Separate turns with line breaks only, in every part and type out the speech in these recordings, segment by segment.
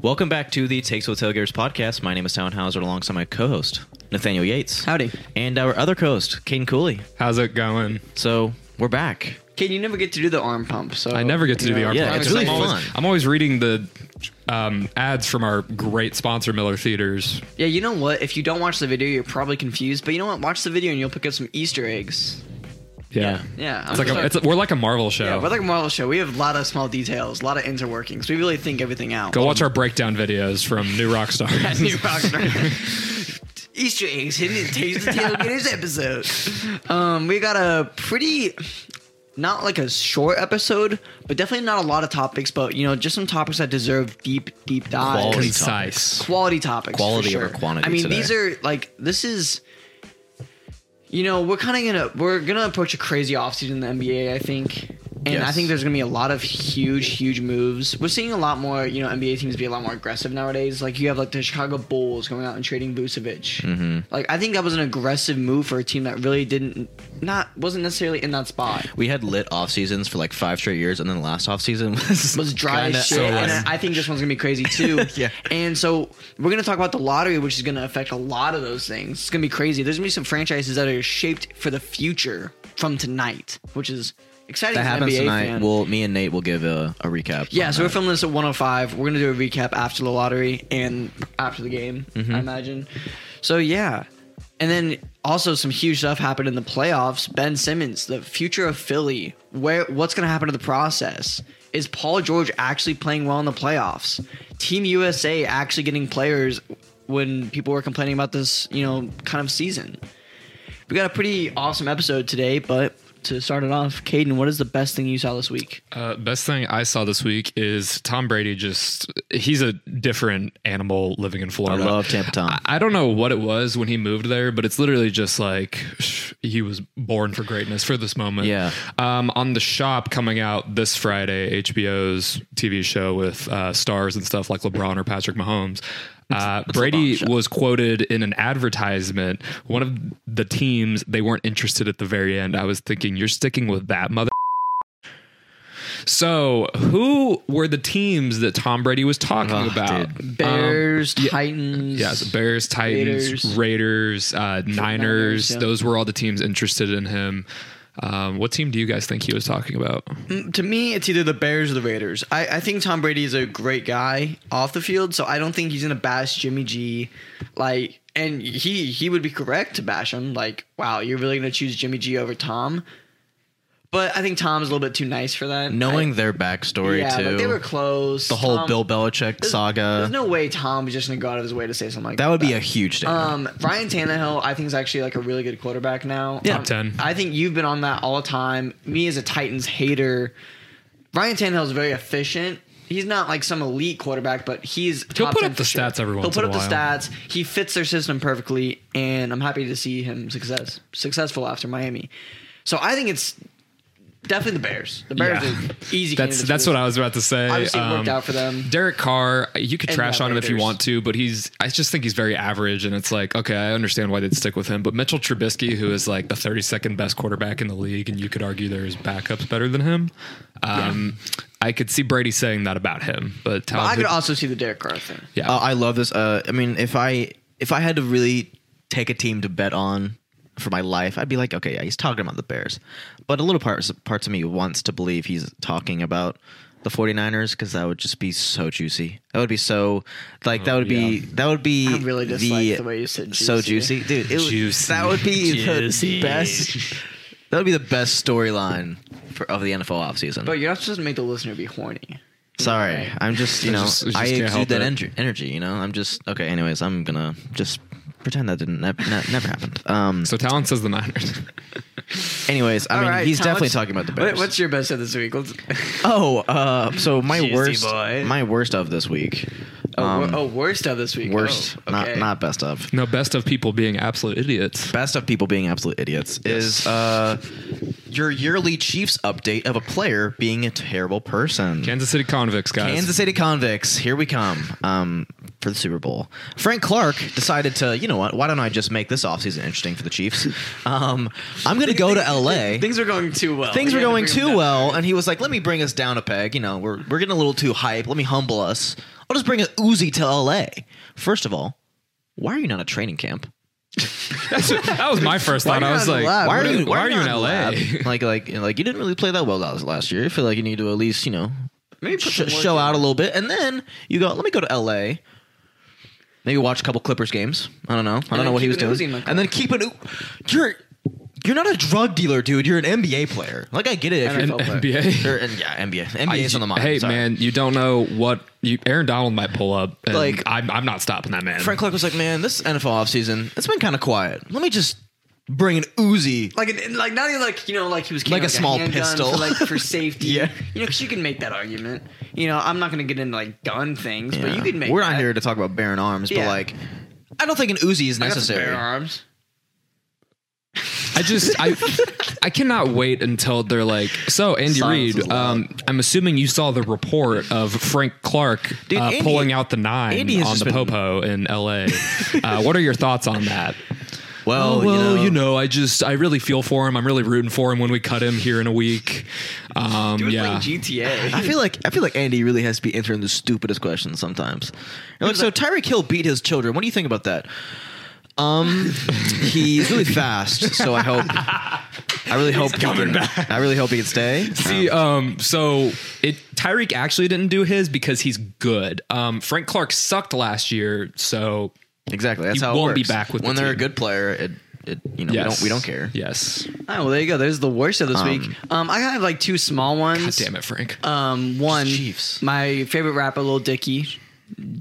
Welcome back to the Takes with Tailgaters podcast. My name is Town Hauser alongside my co host, Nathaniel Yates.
Howdy.
And our other co host, Caden Cooley.
How's it going?
So we're back.
Kid, you never get to do the arm pump, so
I never get to
you
do the
know,
arm
Yeah,
pump
it's
because
really
I'm
fun.
always, I'm always reading the um, ads from our great sponsor, Miller Theaters.
Yeah, you know what? If you don't watch the video, you're probably confused. But you know what? Watch the video and you'll pick up some Easter eggs.
Yeah,
Yeah, I'm
It's like a,
sorry.
it's a- we're like a Marvel show.
Yeah, we're like a Marvel show. We have a lot of small details, a lot of interworkings. We really think everything out.
Go watch our breakdown videos from New Rock Stars.
That new Rockstar. Easter eggs hidden in Taste the Tailgaters episode. Um, we got a pretty, not like a short episode, but definitely not a lot of topics. But you know, just some topics that deserve deep, deep dives.
Quality
Concise.
quality topics.
Quality
for sure.
over quantity
I mean,
today.
these are like this is. You know, we're kind of gonna we're gonna approach a crazy offseason in the NBA. I think, and I
Yes.
think there's gonna be a lot of huge, huge moves. We're seeing a lot more. You know, NBA teams be a lot more aggressive nowadays. Like you have like the Chicago Bulls going out and trading Vucevic.
Mm-hmm.
Like I think that was an aggressive move for a team that really didn't not wasn't necessarily in that spot.
We had lit off seasons for like five straight years, and then the last off season was,
was dry
kinda-
as shit.
so
and
lame.
I think this one's gonna be crazy too.
Yeah.
And so we're gonna talk about the lottery, which is gonna affect a lot of those things. It's gonna be crazy. There's gonna be some franchises that are shaped for the future from tonight, which is exciting.
That
as an
happens
NBA
tonight.
Fan.
We'll me and Nate will give a, a recap.
yeah,
on
so we're
that.
filming this at 105. We're gonna do a recap after the lottery and after the game, I imagine. So yeah, and then also some huge stuff happened in the playoffs. Ben Simmons, the future of Philly. Where what's gonna happen to the process? Is Paul George actually playing well in the playoffs? Team USA actually getting players when people were complaining about this, you know, kind of season. We got a pretty awesome episode today, but to start it off, Caden, what is the best thing you saw this week?
Uh, best thing I saw this week is Tom Brady. Just he's a different animal living in Florida.
love Tampa Tom.
I, I don't know what it was when he moved there, but it's literally just like sh- he was born for greatness for this moment.
Yeah.
Um, on the shop coming out this Friday, HBO's TV show with uh, stars and stuff like LeBron or Patrick Mahomes. Uh, Brady
Shop.
was quoted in an advertisement. One of the teams they weren't interested at the very end. I was thinking, you're sticking with that mother. So, who were the teams that Tom Brady was talking
Oh,
about?
Bears, Titans.
Yeah, the Bears, Titans,
Raiders.
Raiders, uh, Niners.
Niners, yeah.
Those were all the teams interested in him. Um, what team do you guys think he was talking about?
Mm, To me, it's either the Bears or the Raiders. I, I think Tom Brady is a great guy off the field, so I don't think he's gonna bash Jimmy G. Like, and he he would be correct to bash him. Like, wow, you're really gonna choose Jimmy G over Tom? But I think Tom's a little bit too nice for that.
knowing
I,
their backstory
yeah,
too.
like they were close.
the whole
Tom-
Bill Belichick
there's-
saga.
There's no way Tom was just gonna go out of his way to say something like
that
that.
would be a huge thing.
Um, Ryan Tannehill, I think is actually like a really good quarterback now.
Top
Um,
10.
I think you've been on that all the time. Me as a Titans hater, Ryan Tannehill is very efficient. He's not like some elite quarterback, but he's
He'll
top
put
10
up the
for sure.
stats every
He'll
once
put
in
up
a while.
the stats. He fits their system perfectly, and I'm happy to see him success successful after Miami. So I think it's definitely the Bears. The Bears
Yeah.
are easy.
That's
candidates
that's
for
what
this.
I was about to say. Um,
Obviously, it worked out for them.
Derek Carr, you could
And
trash
the
on him if you
Raiders.
want to, but he's I just think he's very average, and it's like okay, I understand why they'd stick with him. But Mitchell Trubisky, who is like the 32nd best quarterback in the league, and you could argue there is backups better than him. Um, I could see Brady saying that about him, but, Tom,
I could
who-
also see the Derek Carr thing.
yeah,
Uh, I love this. Uh, I mean, if I if I had to really take a team to bet on for my life, I'd be like, okay, yeah, he's talking about the Bears, but a little part parts of me wants to believe he's talking about the 49ers because that would just be so juicy. That would be so like that would
Oh,
be that would be
I really dislike the way you said
so
juicy.
juicy, dude. It, would-
Juicy.
That would be the
Juicy.
best. That would be the best storyline for of the NFL offseason.
But you're not supposed to make the listener be horny.
Sorry, I'm just you know
just- I just
I
can't
exude
help
that
it.
energy. Energy, you know. I'm just okay. Anyways, I'm gonna just pretend that didn't that, that never happened. Um.
so Talon says the Niners.
Anyways, I
All
mean,
right,
he's
Tom,
definitely
what's-
talking about the
what-
Bears.
what's your best of this week? Let's,
oh, uh, so my
Juicy
worst,
boy.
my worst of this week.
Oh, wor-
Um,
oh, worst of this week.
worst,
Oh, okay.
not not best of.
No, best of people being absolute idiots.
Best of people being absolute idiots is uh, your yearly Chiefs update of a player being a terrible person.
Kansas City convicts, guys.
Kansas City convicts, here we come um, for the Super Bowl. Frank Clark decided to, you know what? Why don't I just make this offseason interesting for the Chiefs? Um, I'm going to go to LA.
Things were going too well.
Things
You
were
had to
going
bring
too
them down.
well, and he was like, "Let me bring us down a peg. You know, we're we're getting a little too hype. Let me humble us. I'll just bring a Uzi to LA. First of all, why are you not at training camp?
That's what- that was my first thought.
Why
I was
not
like,
allowed?
why are you, why
not
are you in
the
LA?
lab? like, like, you know, like you didn't really play that well last last year. I feel like you need to at least, you know,
Maybe put
sh-
some work
show
in.
out a little bit, and then you go. Let me go to LA. Maybe watch a couple Clippers games. I don't know. I don't
then
know what he was
keep an
doing.
Uzi in my car.
And then keep an. U- You're you're not a drug dealer, dude. You're an NBA player. Like I get it. If
And
you're
an
NBA.
Or- and, yeah, NBA. NBA's on the mind.
Hey
sorry.
man, you don't know what you, Aaron Donald might pull up. And
Like-
like I'm, I'm not stopping that man.
Frank Clark was like, man, this NFL offseason, it's been kind of quiet. Let me just bring an Uzi.
Like, an, like not even like you know, like he was carrying,
Like a small
handgun
pistol.
for, like for safety.
Yeah.
you know, because you can make that argument. You know, I'm not going to get into like gun things, but
Yeah.
you can make.
We're not
that.
here to talk about barren arms, but
Yeah.
like, I don't think an Uzi is
I got some bare
necessary.
arms.
I just I I cannot wait until they're like so Andy
Silence is
Reid. Um, I'm assuming you saw the report of Frank Clark
Dude,
uh,
Andy-
pulling out the nine
Andy has
on
just
the
been-
popo in L.A. uh, what are your thoughts on that?
Oh, Well,
well, you know, I just I really feel for him. I'm really rooting for him when we cut him here in a week. Um,
Dude,
yeah,
playing GTA.
I feel like I feel like Andy really has to be answering the stupidest questions sometimes. You're like, so Tyreek Hill beat his children. What do you think about that? Um, he's really fast, so I hope. I really hope coming back. I really hope he can stay.
See, um, so it Tyreek actually didn't do his because he's good. Um, Frank Clark sucked last year, so
Exactly. That's
He
how it
won't be
works.
back with the
when they're a
team.
good player. It, it you know
yes,
we don't we don't care.
Yes,
Oh, well, there you go. There's the worst of this
Um,
week. Um, I have like two small
God
ones.
damn it, Frank.
Um, one,
Chiefs.
my favorite rapper, Lil Dicky,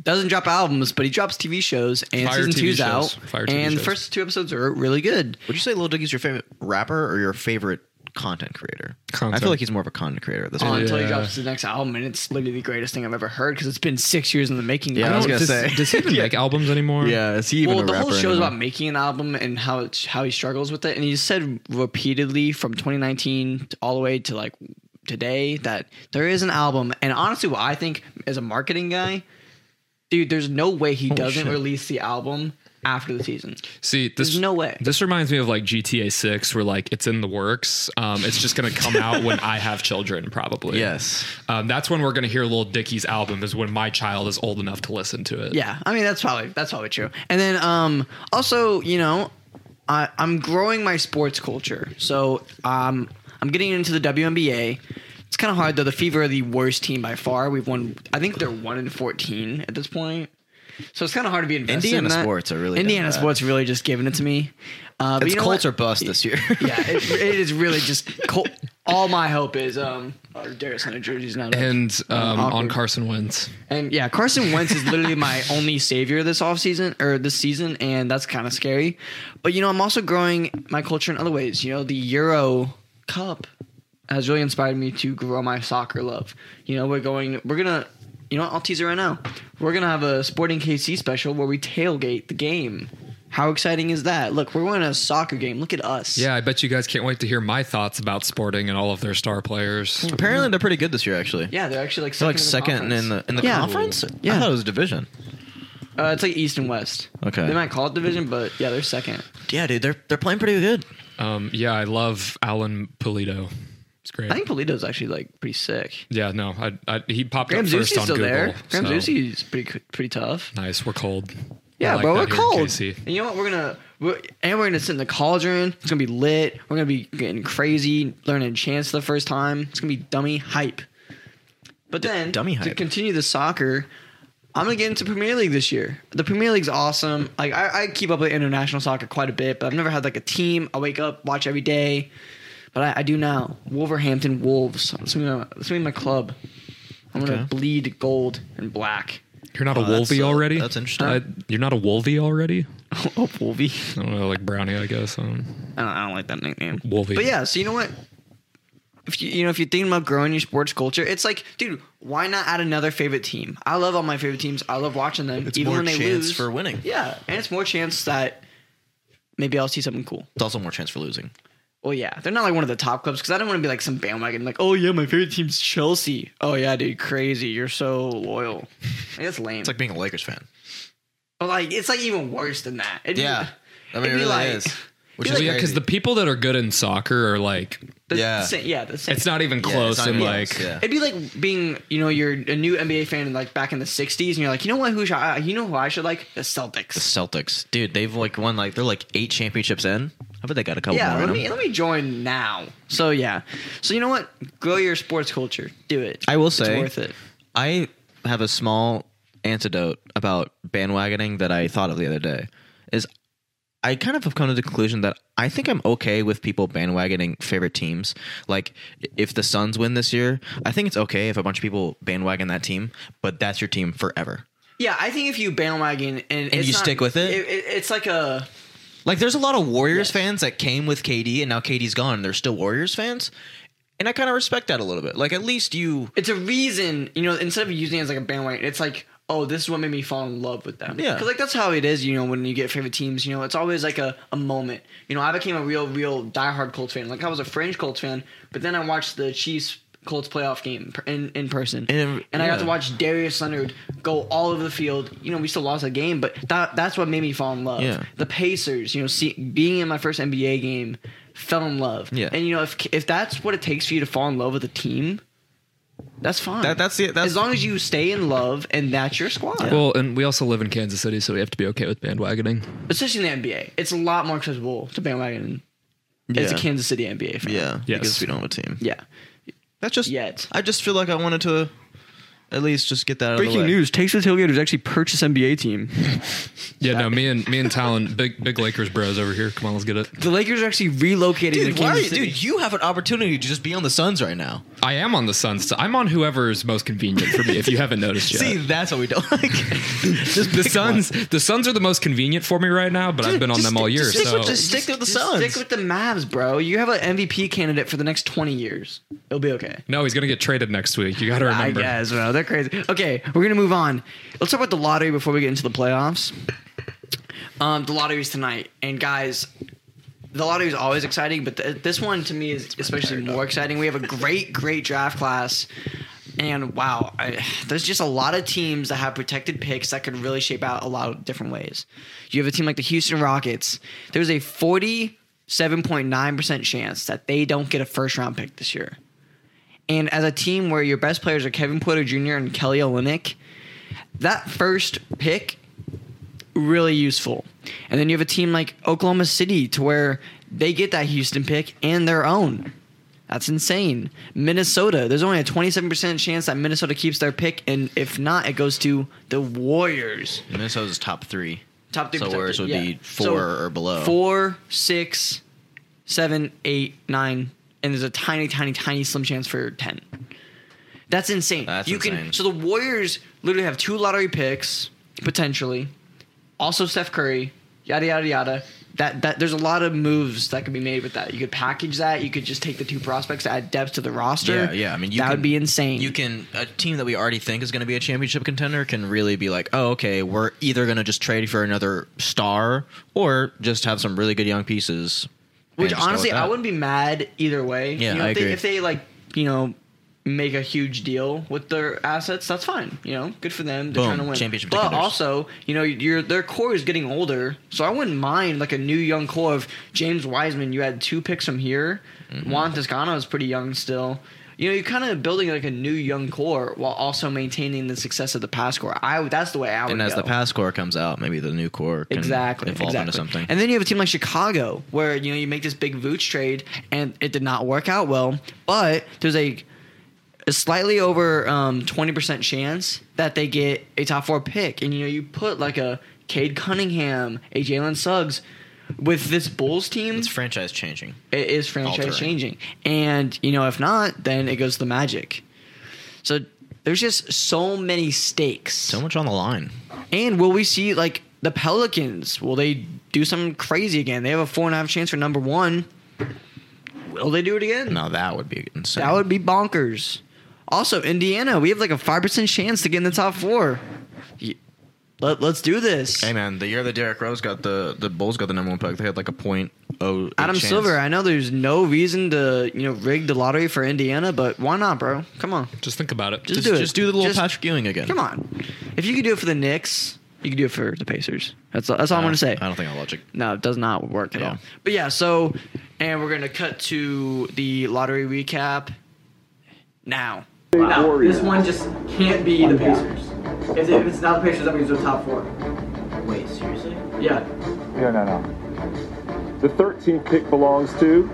doesn't drop albums, but he drops TV shows, and
Fire
season
TV
two's
shows.
out.
Fire TV
and the
shows.
first two episodes are really good.
Would you say Lil Dicky's your favorite rapper or your favorite content creator? I
Content.
feel like he's more of a content creator at this
Oh,
point.
Until he
Yeah.
drops his next album, and it's literally the greatest thing I've ever heard because it's been six years in the making.
Yeah, I was
don't-
gonna
does,
say.
does he even make albums anymore?
Yeah, is he even
well,
a
the
rapper?
whole show is
anymore?
about making an album and how it's, how he struggles with it. And he said repeatedly from 2019 to- all the way to like today that there is an album. And honestly, what I think as a marketing guy, dude, there's no way he doesn't
shit.
release the album after the season.
See, this
There's no way.
This reminds me of like GTA Six, where like it's in the works. Um, it's just gonna come out when I have children, probably.
Yes.
Um, that's when we're gonna hear Lil Dicky's album. Is when my child is old enough to listen to it.
Yeah, I mean that's probably that's probably true. And then um also, you know, I I'm growing my sports culture. So um I'm getting into the WNBA. It's kind of hard though. The Fever are the worst team by far. We've won I think they're 1 in 14 at this point. So it's kind of hard to be invested
Indiana
in that.
sports are really doing
Indiana
that.
sports really just giving it to me. Uh, but
It's
you know
Colts
what?
or bust this year.
yeah, it, it is really just Col- all my hope is um oh, Darius Hunter jerseys now.
And um, on
Awkward.
Carson Wentz.
And yeah, Carson Wentz is literally my only savior this offseason or this season, and that's kind of scary. But you know, I'm also growing my culture in other ways. You know, the Euro Cup has really inspired me to grow my soccer love. You know, we're going, we're gonna, you know, what, I'll tease it right now. We're gonna have a Sporting KC special where we tailgate the game. How exciting is that? Look, we're going to a soccer game. Look at us.
Yeah, I bet you guys can't wait to hear my thoughts about sporting and all of their star players.
Apparently they're pretty good this year. Actually,
Yeah, they're actually like
they're
second
like second in the in the
Yeah.
conference. I
Yeah.
thought it was division.
conference. Uh, it's like East and West.
Okay.
They might call it division, but yeah, they're second.
Yeah, dude, they're they're playing pretty good.
Um, yeah, I love Alan Polito. It's great.
I think Polito's actually like pretty sick.
yeah, no, I, I, he popped
Graham
up first
Zusi's
on
still
Google.
there. Graham
so-
Zusi's pretty pretty tough.
Nice. We're cold.
Yeah,
I like
bro,
that
we're
here in
cold.
KC.
And you know what? We're gonna we're, and we're gonna sit in the cauldron. It's gonna be lit. We're gonna be getting crazy, learning chants for the first time. It's gonna be dummy hype. But then
dummy
to
hype.
continue the soccer, I'm gonna get into Premier League this year. The Premier League's awesome. Like I, I keep up with international soccer quite a bit, but I've never had like a team. I wake up, watch every day. But I, I do now. Wolverhampton Wolves. That's gonna be my, that's gonna be my club. I'm gonna
Okay.
bleed gold and black.
You're not a
Oh, that's,
Wolvie
uh,
already?
that's interesting.
you're not a Wolvie already?
oh, Wolvie.
I don't know, like Brownie, I guess. Um,
I don't, I don't like that nickname.
Wolvie.
But yeah, so you know what? If you, you know if you're thinking about growing your sports culture, it's like, dude, why not add another favorite team? I love all my favorite teams. I love watching them,
It's
even
more
when they
chance
lose
for winning.
Yeah, and it's more chance that maybe I'll see something cool.
It's also more chance for losing.
Well, yeah, they're not like one of the top clubs because I don't want to be like some bandwagon. Like, oh yeah, my favorite team's Chelsea. Oh yeah, dude, crazy. You're so loyal. Like, that's lame.
It's like being a Lakers fan.
but like, it's like even worse than that. It'd be-
I mean, it
It'd be
really
like-
is.
Which
He's
is
like-
yeah, because the people that are good in soccer are like
The
Yeah.
sa- yeah, the same.
it's not even
Yeah,
close
it's not
and
even
like
close, yeah.
It'd be like being, you know, you're a new NBA fan, and like back in the '60s, and you're like, you know what? Who should I, you know who I should like? The Celtics.
Celtics, dude, they've like won like they're like eight championships in. I bet they got a couple
Yeah,
more.
let
in
me
them.
let me join now. So yeah, so you know what? Grow your sports culture. Do it.
I will
It's
say-
worth it.
I have a small antidote about bandwagoning that I thought of the other day. Is I kind of have come to the conclusion that I think I'm okay with people bandwagoning favorite teams. Like i- if the Suns win this year, I think it's okay if a bunch of people bandwagon that team, but that's your team forever.
Yeah, I think if you bandwagon and, it's
you
not-
stick with it?
it's like a
Like there's a lot of Warriors
Yes.
fans that came with KD and now KD's gone and they're still Warriors fans. And I kind of respect that a little bit. Like at least you
it's a reason, you know, instead of using it as like a bandwagon, it's like, oh, this is what made me fall in love with them.
Yeah.
Because, like, that's how it is, you know, when you get favorite teams, you know, it's always like a, a moment. You know, I became a real, real diehard Colts fan. Like, I was a fringe Colts fan, but then I watched the Chiefs Colts playoff game per- in, in person.
And-
And, I got
yeah.
to watch Darius Leonard go all over the field. You know, we still lost the game, but that, that's what made me fall in love.
Yeah.
The Pacers, you know, see, being in my first NBA game, fell in love.
Yeah.
And, you know, if, if that's what it takes for you to fall in love with a team, that's fine.
That- that's it. That's-
as long as you stay in love and that's your squad.
well, and we also live in Kansas City, so we have to be okay with bandwagoning.
Especially in the NBA, it's a lot more accessible to bandwagon as a
Yeah.
Kansas City NBA fan.
yeah
Yes.
because we don't have a team.
yeah.
That's just
Yet.
I just feel like I wanted to at least just get that out of
Breaking
the way.
news: Texas Tailgaters actually purchased NBA team.
Yeah, no, me and me and Talon, big big Lakers bros over here. Come on, let's get it.
The Lakers are actually relocating
Dude,
to
why are
Kansas
you,
City.
dude, you have an opportunity to just be on the Suns right now.
I am on the Suns. so I'm on whoever is most convenient for me. If you haven't noticed yet,
See, that's what we don't like. just
the
pick
Suns,
one.
the Suns are the most convenient for me right now. But I've been on
Just
them all
stick-
year.
Just stick,
so
with, just stick with the
Just
Suns.
Stick with the Mavs, bro. You have an MVP candidate for the next twenty years. It'll be okay.
no, he's gonna get traded next week. You got to remember.
I guess, bro. They're crazy. Okay, we're gonna move on. Let's talk about the lottery before we get into the playoffs. Um, the lottery's tonight, and guys, the lottery's always exciting, but th- this one to me is especially more exciting. We have a great, great draft class, and wow, I, there's just a lot of teams that have protected picks that could really shape out a lot of different ways. You have a team like the Houston Rockets. There's a 47.9% chance that they don't get a first round pick this year. And as a team where your best players are Kevin Porter Jr. and Kelly Olynyk, that first pick really useful. And then you have a team like Oklahoma City to where they get that Houston pick and their own. That's insane. Minnesota, there's only a 27% chance that Minnesota keeps their pick, and if not, it goes to the Warriors.
Minnesota's top three.
Top three.
So
top
Warriors
three,
would
yeah.
be
So
four or below.
Four, six, seven, eight, nine, and there's a tiny, tiny, tiny slim chance for ten. That's insane.
That's
you
insane.
can so the Warriors literally have two lottery picks potentially. Also Steph Curry, yada yada yada. That that there's a lot of moves that could be made with that. You could package that. You could just take the two prospects, add depth to the roster.
Yeah, yeah. I mean, you
that
can,
would be insane.
You can a team that we already think is going to be a championship contender can really be like, oh, okay, we're either going to just trade for another star or just have some really good young pieces. and
Which
just go with
honestly, I
that.
wouldn't be mad either way.
Yeah,
you know,
I
if
agree.
They, if they like, you know, make a huge deal with their assets, that's fine. You know, good for them. They're
Boom.
trying to win.
Championship
but
contenders.
also, you know, your their core is getting older, so I wouldn't mind like a new young core of James Wiseman. You had two picks from here.
Mm-hmm.
Juan Toscano is pretty young still. You know, you're kind of building like a new young core while also maintaining the success of the past core. I that's the way I would.
And as the
go
past core comes out, maybe the new core can
exactly
evolve
exactly.
into something.
And then you have a team like Chicago, where you know you make this big Vooch trade, and it did not work out well. But there's a, a slightly over um, twenty percent chance that they get a top four pick, and you know you put like a Cade Cunningham, a Jalen Suggs, with this Bulls team,
it's franchise changing.
it is franchise
altering.
changing. And you know if not, then it goes to the Magic. So there's just so many stakes.
So much on the line.
And will we see like the Pelicans? Will they do something crazy again? They have a four and a half chance for number one. Will they do it again?
No, that would be insane.
That would be bonkers. Also, Indiana, we have like a five percent chance to get in the top four. Ye- Let, let's do this.
Hey man, the year that Derrick Rose got the the Bulls got the number one pick, they had like a point oh.
Adam Silver, I know there's no reason to you know rig the lottery for Indiana, but why not, bro? Come on,
Just think about it.
just,
just
do
do
it.
just do the little
Just-
Patrick Ewing again.
Come on, if you could do it for the Knicks, You can do it for the Pacers. That's that's all I'm gonna say.
I don't think I'll logic.
No, it does not work at
Yeah.
all. But yeah, so and we're gonna cut to the lottery recap now.
Now, this one just can't be the Pacers. If, if it's not the Pacers, that means they're top four. Wait, seriously? Yeah.
No, no, no. The 13th pick belongs to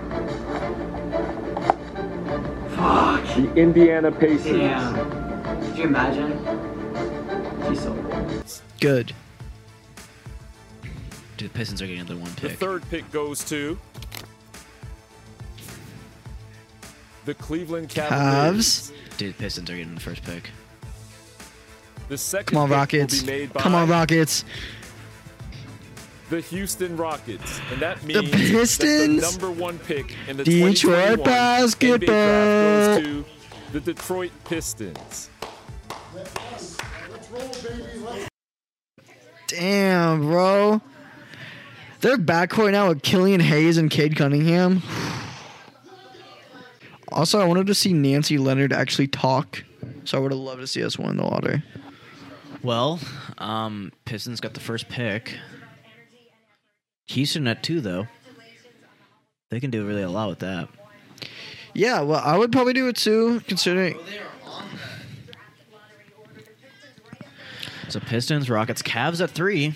Fuck.
the Indiana Pacers.
Damn. Could you imagine? She's so cool.
Good.
Dude, the Pistons are getting another one
The
pick.
third pick goes to the Cleveland Cavaliers.
Cavs.
Dude, the Pistons are getting the first pick.
The second
Come on,
pick will
Rockets.
be made by
Come on, Rockets.
The Houston Rockets, and that means
The
that
Pistons?
the number one pick in the
Detroit
2021 NBA draft
basketball.
goes to the Detroit Pistons.
Damn, bro. Their backcourt now with Killian Hayes and Cade Cunningham. Also, I wanted to see Nancy Leonard actually talk, so I would have loved to see us win the lottery.
Well, um, Pistons got the first pick. Houston at two, though. They can do really a lot with that.
Yeah, well, I would probably do it too, considering.
So Pistons, Rockets, Cavs at three.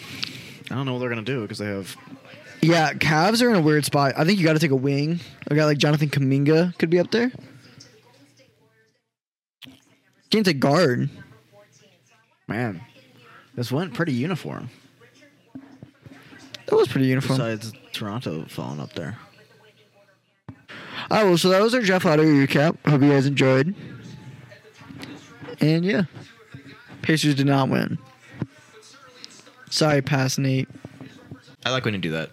I don't know what they're gonna do because they have.
Yeah, Cavs are in a weird spot. I think you got to take a wing. A guy like Jonathan Kaminga could be up there. Can't take guard.
Man, this went pretty uniform.
That was pretty uniform.
Besides Toronto falling up there.
All right, Oh, well, so that was our Jeff Lottery recap. Hope you guys enjoyed. And yeah, Pacers did not win. Sorry, pass Nate.
I like when you do that.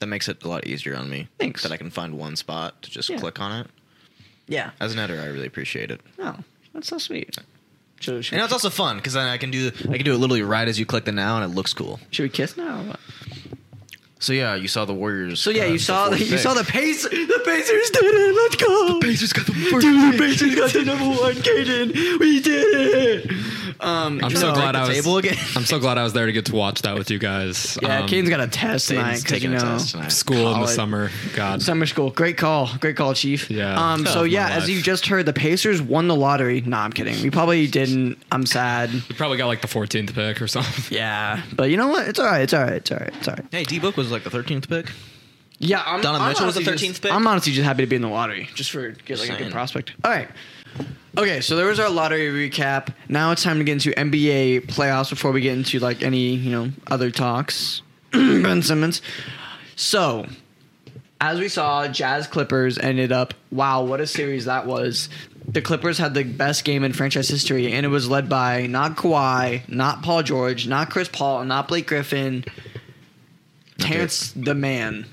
That makes it a lot easier on me.
Thanks.
That I can find one spot to just
Yeah.
click on it.
Yeah.
As an editor, I really appreciate it.
Oh, that's so sweet. Should, should,
And it's also fun because then I can do I can do it literally right as you click the now, and it looks cool.
should we kiss now? or what?
So yeah, you saw the Warriors.
So yeah,
uh,
you saw the
fourth
you
pick.
saw the Pacers. The Pacers did it. Let's go.
Pacers got the first
Dude, the Pacers got the number one, Caden. We did it. Um,
I'm so
No,
glad
the
I was.
table again.
I'm so glad I was there to get to watch that with you guys.
Yeah,
Um,
Caden's got a test tonight.
Satan's
'cause,
taking
you
a
know,
test tonight.
school in the
College.
summer. God,
Summer school. Great call. Great call, Chief.
Yeah.
Um, so
Oh,
yeah,
my
as
life.
you just heard, the Pacers won the lottery. No, I'm kidding. We probably didn't. I'm sad.
we probably got like the 14th pick or something.
Yeah. But you know what? It's all right. It's all right. It's all right. It's all right.
Hey, D Book was like the thirteenth pick.
Yeah. I'm,
Donovan
I'm
Mitchell was the
honestly just-
13th pick?
I'm honestly just happy to be in the lottery, just for get like a
Saying.
good prospect. All right. Okay, so there was our lottery recap. Now it's time to get into NBA playoffs before we get into like any you know other talks. ben Simmons. So, as we saw, Jazz Clippers ended up. Wow, what a series that was! The Clippers had the best game in franchise history, and it was led by not Kawhi, not Paul George, not Chris Paul, not Blake Griffin. Terrence, the man,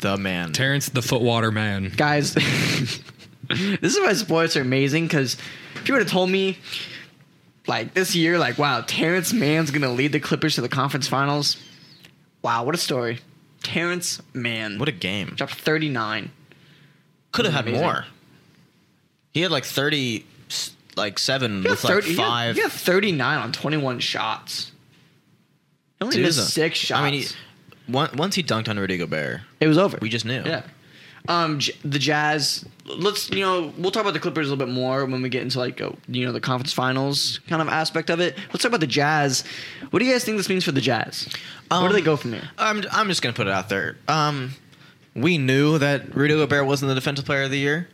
The man.
Terrence, the footwater man.
guys. this is why sports are amazing because if you would have told me like this year, like wow, Terrence Mann's gonna lead the Clippers to the conference finals. Wow, what a story! Terrence Mann,
What a game.
dropped 39.
Could have had
Amazing.
more. He had like thirty, s- like seven
He got
with like
30 he got-
five.
He got, 39 on 21 shots. He only
Dude,
missed
uh,
six shots.
I mean, he, on- once he dunked on Rudy Gobert,
it was over.
we just knew.
yeah. Um, J- the Jazz. Let's you know we'll talk about the Clippers a little bit more when we get into like uh, you know the conference finals kind of aspect of it. Let's talk about the Jazz. What do you guys think this means for the Jazz? Where
Um,
do they go from here?
I'm I'm just gonna put it out there. Um, we knew that Rudy Gobert wasn't the defensive player of the year,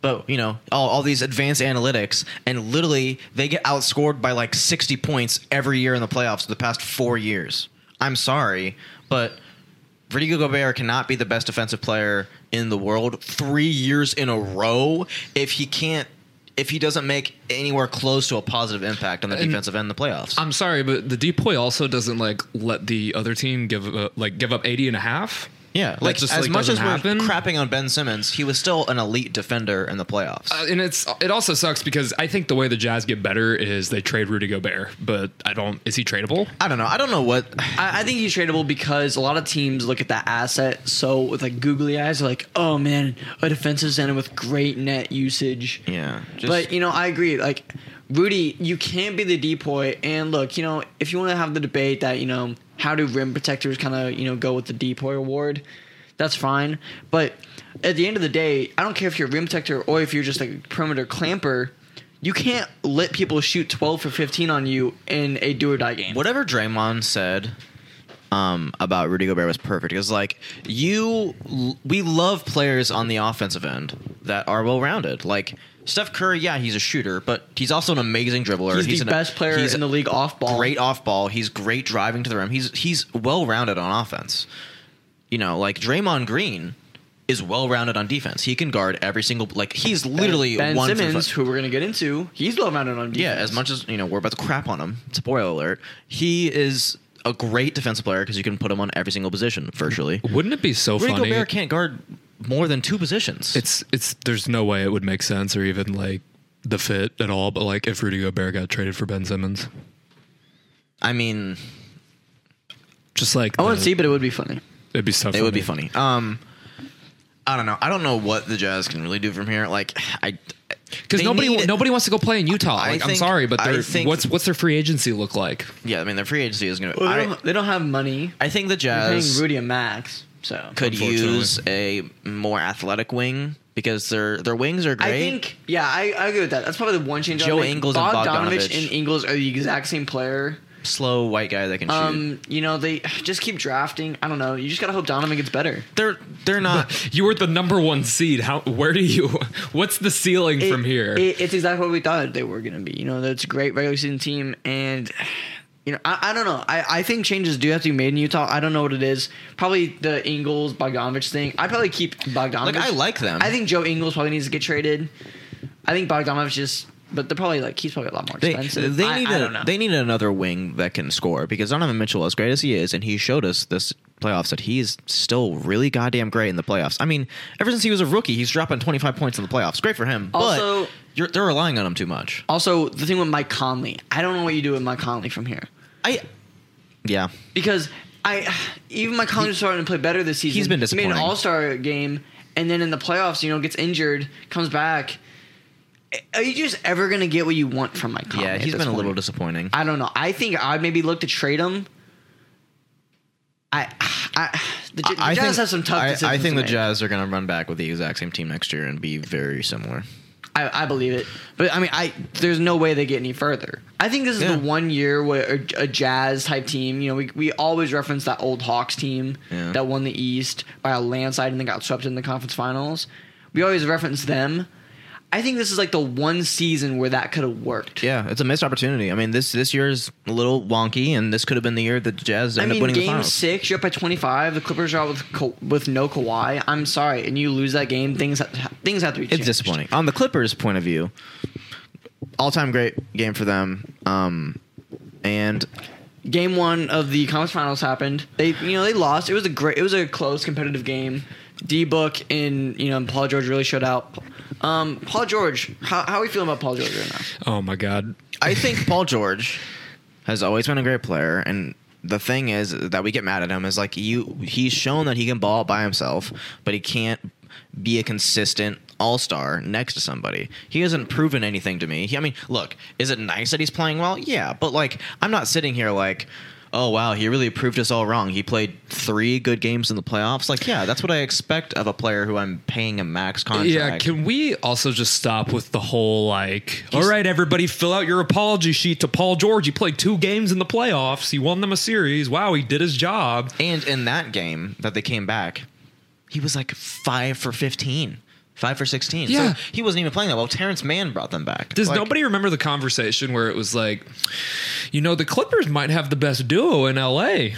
but you know all, all these advanced analytics and literally they get outscored by like 60 points every year in the playoffs the past four years. I'm sorry, but Rudy Gobert cannot be the best defensive player in the world three years in a row if he can't if he doesn't make anywhere close to a positive impact on the
And-
defensive end in the playoffs.
I'm sorry, but the depoy also doesn't like let the other team give uh, like give up 80 and a half.
Yeah,
That
like
just,
as
like,
much as
doesn't
we're
happen.
crapping on Ben Simmons, he was still an elite defender in the playoffs.
Uh, and it's it also sucks because I think the way the Jazz get better is they trade Rudy Gobert, but I don't. Is he tradable?
I don't know. I don't know what.
I, I think he's tradable because a lot of teams look at that asset so with like googly eyes, they're like, oh man, a defensive center with great net usage.
Yeah, just,
but you know, I agree. Like Rudy, you can be the depoy. And look, you know, if you want to have the debate that, you know, how do rim protectors kind of, you know, go with the depoy award, that's fine. But at the end of the day, I don't care if you're a rim protector or if you're just a perimeter clamper, you can't let people shoot 12 for 15 on you in a do or die game.
whatever Draymond said um, about Rudy Gobert was perfect. It was like you, we love players on the offensive end that are well rounded. Like Steph Curry, yeah, he's a shooter, but he's also an amazing dribbler.
He's, the
an-
best player
he's
in the league off ball.
Great off ball. He's great driving to the rim. He's he's well rounded on offense. You know, like Draymond Green is well rounded on defense. He can guard every single like he's literally
Ben
one for
Simmons,
fi-
who we're gonna get into, he's low mounted on defense.
yeah, as much as you know, we're about to crap on him. Spoiler alert: he is a great defensive player because you can put him on every single position virtually.
Wouldn't it be so
Rudy
funny?
Gobert can't guard more than two positions.
It's it's there's no way it would make sense or even like the fit at all. But like if Rudy Gobert got traded for Ben Simmons,
I mean,
just like
I want
the-
to see, but it would be funny.
it'd be so.
it would be funny. Um, I don't know. I don't know what the Jazz can really do from here. Like, I
because
they
nobody
need-
nobody wants to go play in Utah.
I
Like, I'm
think-
sorry, but
I
they're-
think-
what's what's their free agency look like?
Yeah, I mean, their free agency is gonna.
Well, they,
I,
don't, they don't have money.
I think the
They're paying
Jazz
Rudy and Max, so
could
Unfortunately.
use a more athletic wing because their their wings are great.
I think, yeah, I, I agree with that. That's probably the one change. I
Joe
would make.
Ingles and Bogdanovich.
and Ingles are the exact same player.
slow white guy that can shoot.
Um, you know, they just keep drafting. I don't know. You just gotta hope Donovan gets better.
they're they're not.
You were the number one seed. How? Where do you? What's the ceiling from
It-
here?
it- it's exactly what we thought they were gonna be. You know, that's a great regular season team, and you know, I, I don't know. I, I think changes do have to be made in Utah. I don't know what it is. Probably the Ingles Bogdanovich thing. I probably keep Bogdanovich.
Like I like them.
I think Joe Ingles probably needs to get traded. I think Bogdanovich just, but they're probably like he's probably a lot more
They,
expensive.
they
I-
need
I
a-
don't know.
they need another wing that can score because Donovan Mitchell, as great as he is, and he showed us this playoffs that he's still really goddamn great in the playoffs. I mean, ever since he was a rookie, he's dropping twenty five points in the playoffs. Great for him,
Also-
but you're, they're relying on him too much.
also, the thing with Mike Conley, I don't know what you do with Mike Conley from here
I, yeah,
because I even Mike Conley's starting to play better this season.
he's been
He made
disappointing.
an All Star game, and then in the playoffs, you know, gets injured, comes back. Are you just ever gonna get what you want from Mike Conley?
yeah,
at
he's
this
been a little
point?
disappointing.
I don't know. I think I'd maybe look to trade him. I, I, the, J- the Jazz have some tough
I-
decisions.
I, think
to
the
make.
Jazz are going to run back with the exact same team next year and be very similar.
I, I believe it, but I mean, I there's no way they get any further. I think this is
Yeah.
the one year where a, a Jazz type team. You know, we we always reference that old Hawks team
Yeah.
that won the East by a landslide and then got swept in the conference finals. We always reference them. I think this is like the one season where that could have worked.
Yeah, it's a missed opportunity. I mean, this this year is a little wonky, and this could have been the year that the Jazz
I
end up
mean,
winning the
game
finals.
six, you're up by 25. The Clippers are out with Ka- with no Kawhi. I'm sorry, and you lose that game. Things ha- things have to be.
It's
changed.
disappointing. On the Clippers' point of view, all-time great game for them. Um, and
game one of the conference finals happened. They you know they lost. It was a great. It was a close competitive game. D book and you know Paul George really showed out. Um, Paul George, how how are we feeling about Paul George right now?
oh my god.
I think Paul George has always been a great player, and the thing is that we get mad at him is like you. He's shown that he can ball by himself, but he can't be a consistent all star next to somebody. He hasn't proven anything to me. He, I mean, look, is it nice that he's playing well? Yeah, but like I'm not sitting here like. Oh wow, he really proved us all wrong. He played three good games in the playoffs. Like, yeah, that's what I expect of a player who I'm paying a max contract.
Yeah, can we also just stop with the whole like, all right, everybody, fill out your apology sheet to Paul George. He played two games in the playoffs. He won them a series. Wow, he did his job.
And in that game that they came back, he was like five for 15, five for 16. So
Yeah.
he wasn't even playing that well. Terrence Mann brought them back.
Does
Like,
nobody remember the conversation where it was like, you know, the Clippers might have the best duo in LA?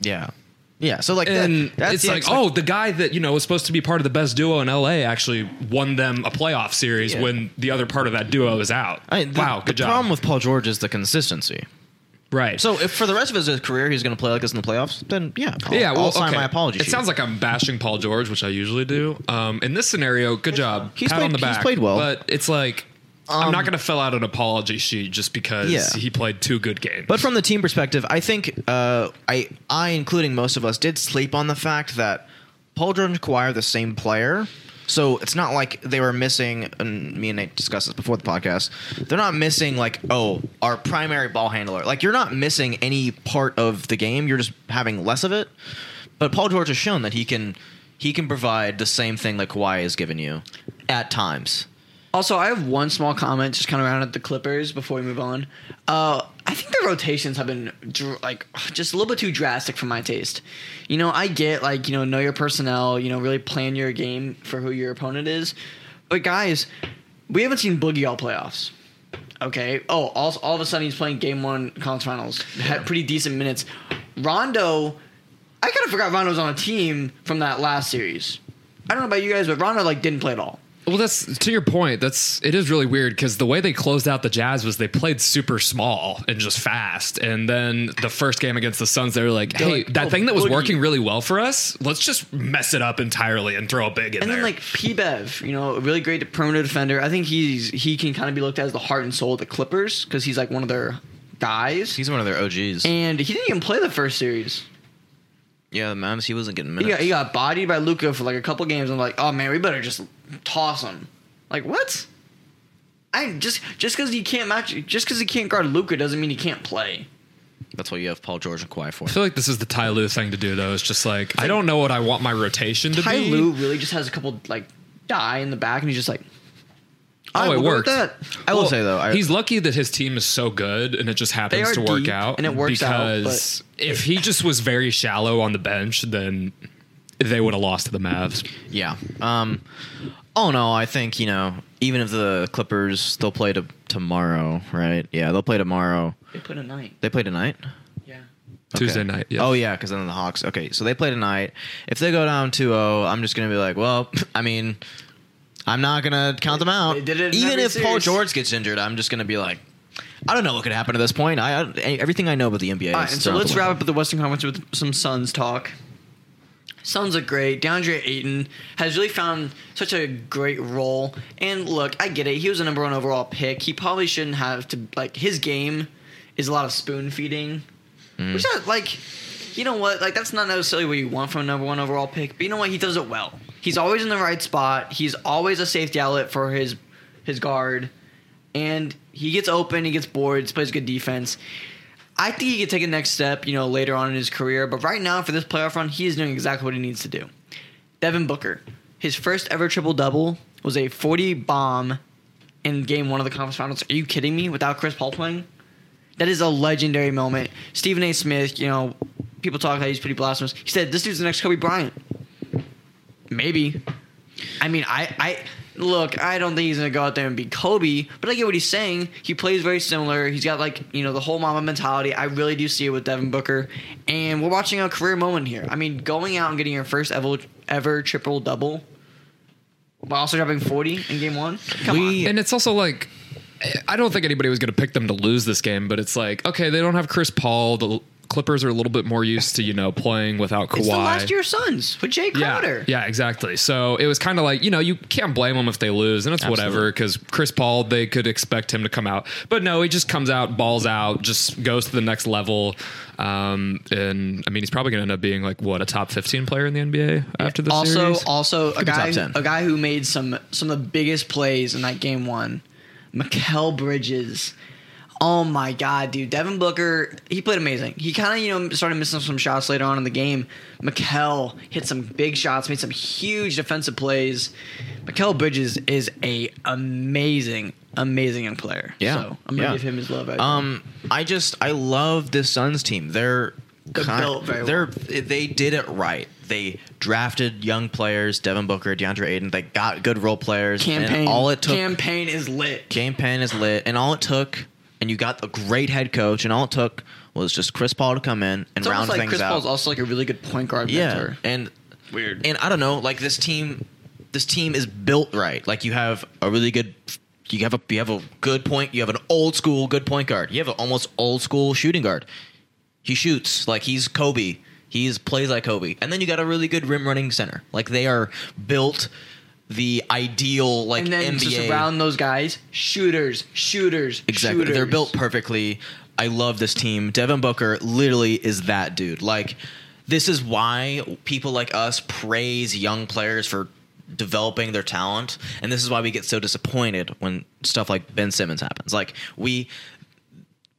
Yeah. Yeah. So, like, that-
And
that's
it's
the
like,
expect-
oh, the guy that, you know, was supposed to be part of the best duo in LA actually won them a playoff series
Yeah.
when the other part of that duo is out.
I mean, the,
wow,
the
good job.
problem with Paul George is the consistency.
right.
So, if for the rest of his career he's going to play like this in the playoffs, then yeah, I'll,
yeah, well,
I'll sign
okay.
my apology.
It sounds like I'm bashing Paul George, which I usually do. Um, in this scenario, good job.
He's
Pat on
played-
the
he's
back.
played well. Um,
but it's like I'm not going to fill out an apology sheet just because
Yeah.
he played two good games.
But from the team perspective, I think uh, I, I, including most of us, did sleep on the fact that Paul George and Kawhi are the same player. So it's not like they were missing. And me and Nate discussed this before the podcast. They're not missing like oh our primary ball handler. Like you're not missing any part of the game. You're just having less of it. But Paul George has shown that he can he can provide the same thing that Kawhi has given you at times.
Also, I have one small comment, just kind of around at the Clippers before we move on. Uh, I think the rotations have been dr- like just a little bit too drastic for my taste. You know, I get like you know know your personnel, you know, really plan your game for who your opponent is. But guys, we haven't seen Boogie all playoffs. Okay. Oh, all, all of a sudden he's playing game one conference finals. Had pretty decent minutes. Rondo, I kind of forgot Rondo was on a team from that last series. I don't know about you guys, but Rondo like didn't play at all.
Well, that's to your point. That's it is really weird because the way they closed out the Jazz was they played super small and just fast, and then the first game against the Suns, they were like,
They're
"Hey,
like,
that
oh,
thing that was
boogie."
working really well for us, let's just mess it up entirely and throw a big in
And
there."
then like P. Bev, you know, a really great perimeter defender. I think he's he can kind of be looked at as the heart and soul of the Clippers because he's like one of their guys.
He's one of their OGs.
and he didn't even play the first series.
yeah, the Mavs. He wasn't getting
He
minutes.
got, he got bodied by Luca for like a couple games. I'm like, oh man, we better just toss him. Like what? I just just because he can't match, just because he can't guard Luca doesn't mean he can't play.
That's what you have Paul George and Kawhi for.
I feel like this is the Ty Lue thing to do, though. It's just like I don't know what I want my rotation to
Ty
be.
Lue really just has a couple like die in the back, and he's just like, "All
Oh, it
we'll go with
worked.
That.
I will say though, I,
he's lucky that his team is so good and it just happens
are
to work
deep,
out.
and it works out,
because if he just was very shallow on the bench, then they would have lost to the Mavs.
Yeah. Um. Oh no, I think you know. Even if the Clippers, they'll play to, tomorrow, right? Yeah, they'll play tomorrow.
They put a night.
They play tonight.
Yeah.
Okay.
Tuesday night. Yeah.
Oh yeah, because then the Hawks. Okay, so they play tonight. If they go down 2-0, I'm just gonna be like, well, I mean, I'm not gonna count them out.
They did it in
Even
every
if Paul
series.
George gets injured, I'm just gonna be like, I don't know what could happen at this point. I, I everything I know about the NBA.
All right,
is
and so
thrown out
let's
the window.
wrap up the Western Conference with some Suns talk. Suns are great. DeAndre Ayton has really found such a great role. And look, I get it. He was a number one overall pick. He probably shouldn't have to like his game is a lot of spoon feeding, which is like you know what like that's not necessarily what you want from a number one overall pick. But you know what he does it well. He's always in the right spot. He's always a safety outlet for his his guard, and he gets open. He gets boards. Plays good defense. I think he could take a next step, you know, later on in his career. But right now, for this playoff run, he is doing exactly what he needs to do. Devin Booker, his first ever triple double was a 40 bomb in game one of the conference finals. Are you kidding me? Without Chris Paul playing? That is a legendary moment. Stephen A. Smith, you know, people talk that he's pretty blasphemous. He said, this dude's the next Kobe Bryant. Maybe. I mean, I, I look. I don't think he's gonna go out there and be Kobe, but I get what he's saying. He plays very similar. He's got like you know the whole mama mentality. I really do see it with Devin Booker, and we're watching a career moment here. I mean, going out and getting your first ever ever triple double, while also dropping forty in game one. Come
We-
on.
And it's also like I don't think anybody was going to pick them to lose this game, but it's like okay, they don't have Chris Paul. The Clippers are a little bit more used to you know playing without Kawhi.
It's the last year Suns with Jay
yeah,
Crowder.
yeah, exactly. So it was kind of like you know you can't blame them if they lose, and it's whatever because Chris Paul they could expect him to come out, but no, he just comes out, balls out, just goes to the next level. Um, and I mean, he's probably going to end up being like what a top fifteen player in the NBA after this
also,
series.
also a
be top
guy,
10.
a guy who made some some of the biggest plays in that game one, Mikel Bridges. Oh my god, dude! Devin Booker, he played amazing. He kind of you know started missing some shots later on in the game. Mikel hit some big shots, made some huge defensive plays. Mikel Bridges is a amazing, amazing young player.
Yeah,
so I'm gonna
yeah.
give him his love. Right
Um,
um,
I just I love this Suns team. They're
They're built very
they're they did it right. They drafted young players, Devin Booker, DeAndre Ayton. They got good role players. and
campaign.
all it took,
campaign is lit.
game pen is lit, and all it took, and you got a great head coach, and all it took was just Chris Paul to come in and
It's
round
almost like
things
Chris
out.
Paul's also like a really good point guard
yeah,
mentor.
and
Weird.
and I don't know, like this team, this team is built right. Like you have a really good, you have a you have a good point. You have an old school good point guard. You have an almost old school shooting guard. He shoots like he's Kobe. He's plays like Kobe, and then you got a really good rim running center. Like they are built the ideal like
and then
NBA.
to surround those guys, shooters, shooters,
Exactly.
shooters.
They're built perfectly. I love this team. Devin Booker literally is that dude. Like, this is why people like us praise young players for developing their talent, and this is why we get so disappointed when stuff like Ben Simmons happens. Like we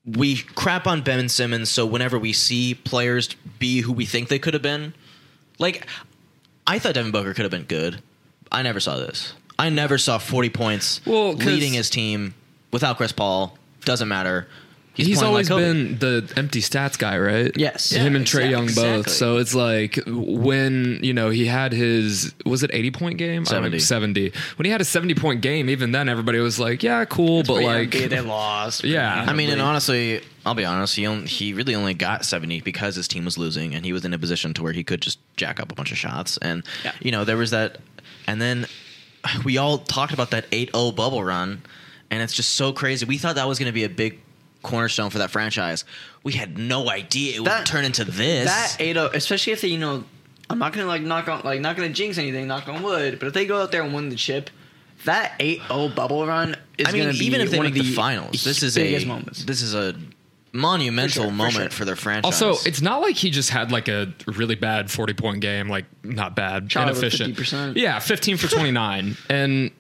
we crap on Ben Simmons, so whenever we see players be who we think they could have been, like I thought Devin Booker could have been good. I never saw this. I never saw 40 points
Well, 'cause-
leading his team without Chris Paul. Doesn't matter.
He's,
playing
always
like Kobe.
been the empty stats guy, right?
Yes.
Him
Yeah,
and Trey
exact-
Young both.
exactly.
So it's like when, you know, he had his, was it 80 point game? I don't know, 70. When he had a 70 point game, even then everybody was like, yeah, cool, but
Pretty
like,
empty, they lost.
yeah.
I mean, and honestly, I'll be honest. He only, he really only got seventy because his team was losing, and he was in a position to where he could just jack up a bunch of shots. And
Yeah.
you know, there was that, and then we all talked about that 8-0 bubble run, and it's just so crazy. We thought that was going to be a big cornerstone for that franchise. We had no idea it would
That-
turn into this.
That eight oh, especially if they, you know, I'm not gonna like knock on, like not gonna jinx anything, knock on wood. But if they go out there and win the chip, that 8-0 bubble run is
I mean,
gonna be
even if they
one
make
of
the, finals, this is
biggest
a
moments.
this is a monumental
For sure, for
moment
sure.
for their franchise.
Also, it's not like he just had like a really bad 40 point game, like not bad,
Shot over
inefficient.
50%.
Yeah, 15 for 29. and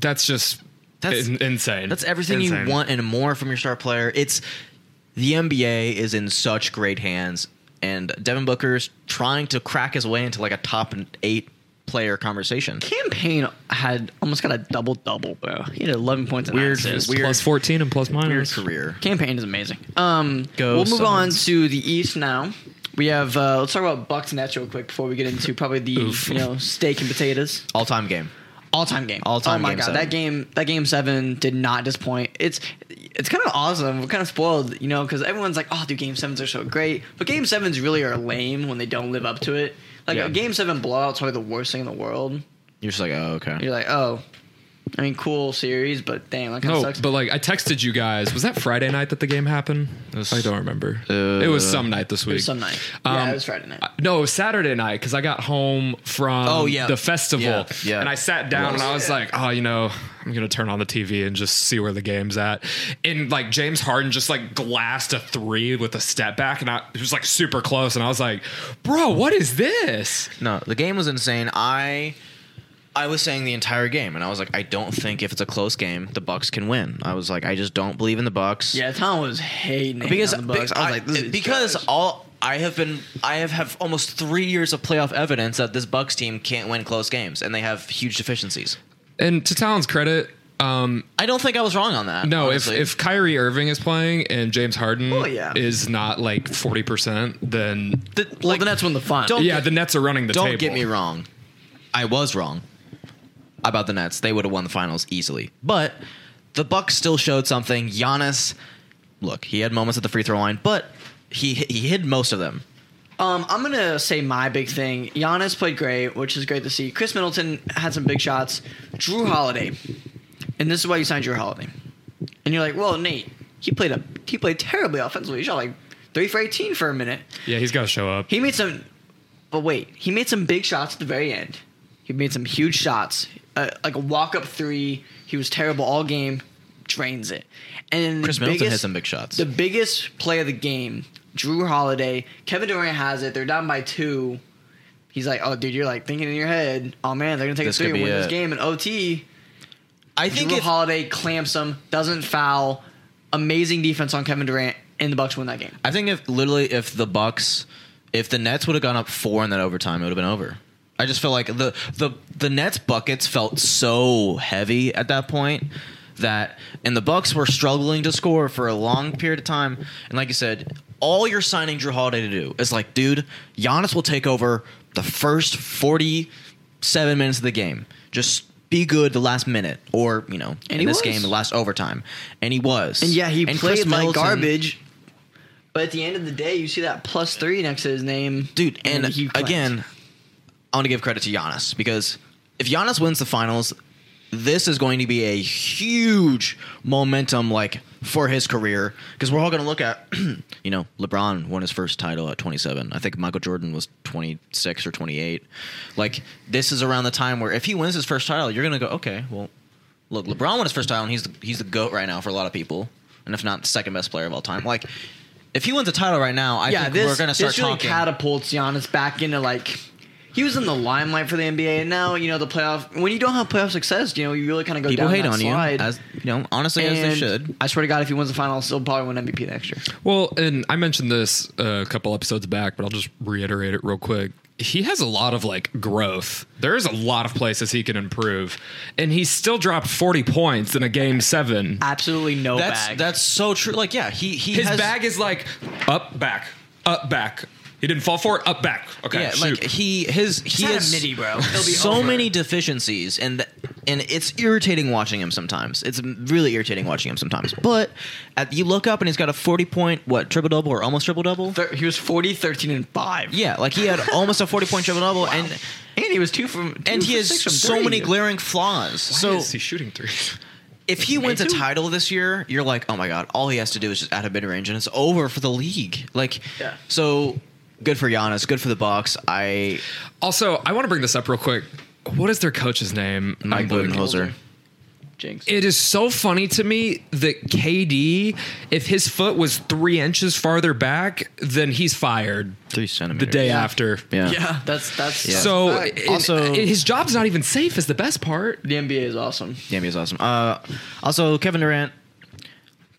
that's just
That's-
in- insane.
That's everything
Insane.
you want and more from your star player. It's the NBA is in such great hands, and Devin Booker's trying to crack his way into like a top eight player conversation.
campaign had almost got a double double, bro. He had 11 points. And
Weird-
nine assists.
weird-
Plus 14 and plus minus.
Career.
Campaign is amazing. Um,
Go
we'll move on
Suns.
to the East now. We have uh, let's talk about Bucks Nets real quick before we get into probably the
Oof.
you know steak and potatoes
All time game.
all time game
All time
Oh my
game
god,
seven.
that game that game seven did not disappoint. It's it's kind of awesome. We're kind of spoiled, you know, because everyone's like, oh, dude, game sevens are so great, but game sevens really are lame when they don't live up to it. Like
Yeah.
a game seven blowout's probably the worst thing in the world.
You're just like, oh, okay.
You're like, oh, I mean, cool series, but damn, that kind of
No,
sucks.
Oh, but like I texted you guys. Was that Friday night that the game happened?
was-
I don't remember.
Uh,
it was some night this week.
was some night. Yeah, it was Friday night.
Um, I- no, it was Saturday night because I got home from
Oh, yeah.
the festival.
Yeah, yeah.
And I sat down and I was like, oh, you know, I'm going to turn on the TV and just see where the game's at. And like James Harden just like glassed a three with a step back. And I, it was like super close. And I was like, bro, what is this?
No, the game was insane. I I was saying the entire game, and I was like, I don't think if it's a close game, the Bucks can win. I was like, I just don't believe in the Bucks.
yeah, Tom was hating it
because
on the Bucks. I was like, this is
because
trash.
all I have been I have have almost three years of playoff evidence that this Bucks team can't win close games and they have huge deficiencies.
And to Talon's credit, um,
I don't think I was wrong on that.
No, if,
honestly. Oh,
if Kyrie Irving is playing and James Harden
Well, yeah.
is not like 40%, then
the,
well,
like,
the Nets won the final.
Don't-
yeah, the Nets are running the
don't
table.
get me wrong, I was wrong about the Nets. They would have won the finals easily, but the Bucks still showed something. Giannis, look, he had moments at the free throw line, but he he hid most of them.
Um, I'm gonna say my big thing. Giannis played great, which is great to see. Chris Middleton had some big shots. Drew Holiday, and this is why you signed Drew Holiday. And you're like, well, Nate, he played a he played terribly offensively. He shot like three for 18 for a minute.
Yeah, he's got to show up.
He made some, but wait, he made some big shots at the very end. He made some huge shots, uh, like a walk up three. He was terrible all game, drains it. And
Chris
the
Middleton
biggest-
hit some big shots.
The biggest play of the game, Drew Holiday. Kevin Durant has it. They're down by two. He's like, oh, dude, you're like thinking in your head, oh man, they're gonna take
This
a three
could
and
be
win this
it.
game in OT.
I
Drew
think if,
Holiday clamps him, doesn't foul. Amazing defense on Kevin Durant, and the Bucks win that game.
I think if literally if the Bucks, if the Nets would have gone up four in that overtime, it would have been over. I just feel like the the the Nets buckets felt so heavy at that point that and the Bucks were struggling to score for a long period of time. And like you said, all you're signing Drew Holiday to do is like, dude, Giannis will take over the first forty seven minutes of the game. Just be good the last minute, or you know,
And
in
he
this
was.
game, the last overtime, and he was.
And yeah, he
Chris
played like
Middleton-
garbage. But at the end of the day, you see that plus three next to his name,
dude. And,
he clamped.
again, I want to give credit to Giannis because if Giannis wins the finals, this is going to be a huge momentum like for his career because we're all going to look at, you know, LeBron won his first title at 27. I think Michael Jordan was 26 or 28. Like this is around the time where if he wins his first title, you're going to go, okay, well, look, LeBron won his first title and he's the, he's the goat right now for a lot of people, and if not second best player of all time, like. If he wins a title right now, I
yeah,
think
this,
we're going to start
this really
talking.
catapults Giannis back into like he was in the limelight for the NBA, and now you know the playoff. When you don't have playoff success, you know you really kind of go
People
down
hate
that
on
slide.
you, as you know, honestly, as they
And
should.
I swear to God, if he wins the finals, he'll probably win MVP next year.
Well, and I mentioned this uh, a couple episodes back, but I'll just reiterate it real quick. He has a lot of like growth. There is a lot of places he can improve, and he still dropped forty points in a game seven.
Absolutely no
That's
bag.
that's so true. Like, yeah, he he
His
has,
bag is like up, back, up, back. He didn't fall forward, up, back. Okay,
Yeah, like
shoot.
he his he
not a
has
midi, bro. It'll be
So
over.
many deficiencies, and th- and it's irritating watching him sometimes. It's really irritating watching him sometimes. But at, you look up and he's got a forty point what triple double or almost triple double.
Thir- he was 40, 13, and five.
Yeah, like he had almost a forty point triple double, and
and he was two from. Two
and he
for
has
six from
so
30.
many glaring flaws.
Why
so
is he shooting three?
if he wins a
too.
title this year, you're like, oh my god, all he has to do is just add a mid range, and it's over for the league. Like,
Yeah.
so good for Giannis, good for the Bucks. I
Also, I want to bring this up real quick. What is their coach's name?
Mike
I'm blanking.
Budenholzer.
Jinx.
It is so funny to me that KD, if his foot was three inches farther back, then he's fired
Three
the
centimeters.
day after.
Yeah.
yeah, that's that's
Yeah.
So
that's a fact.
also,
Also-
his job's not even safe. Is the best part.
the NBA is awesome.
Damn, he was awesome. Uh, also, Kevin Durant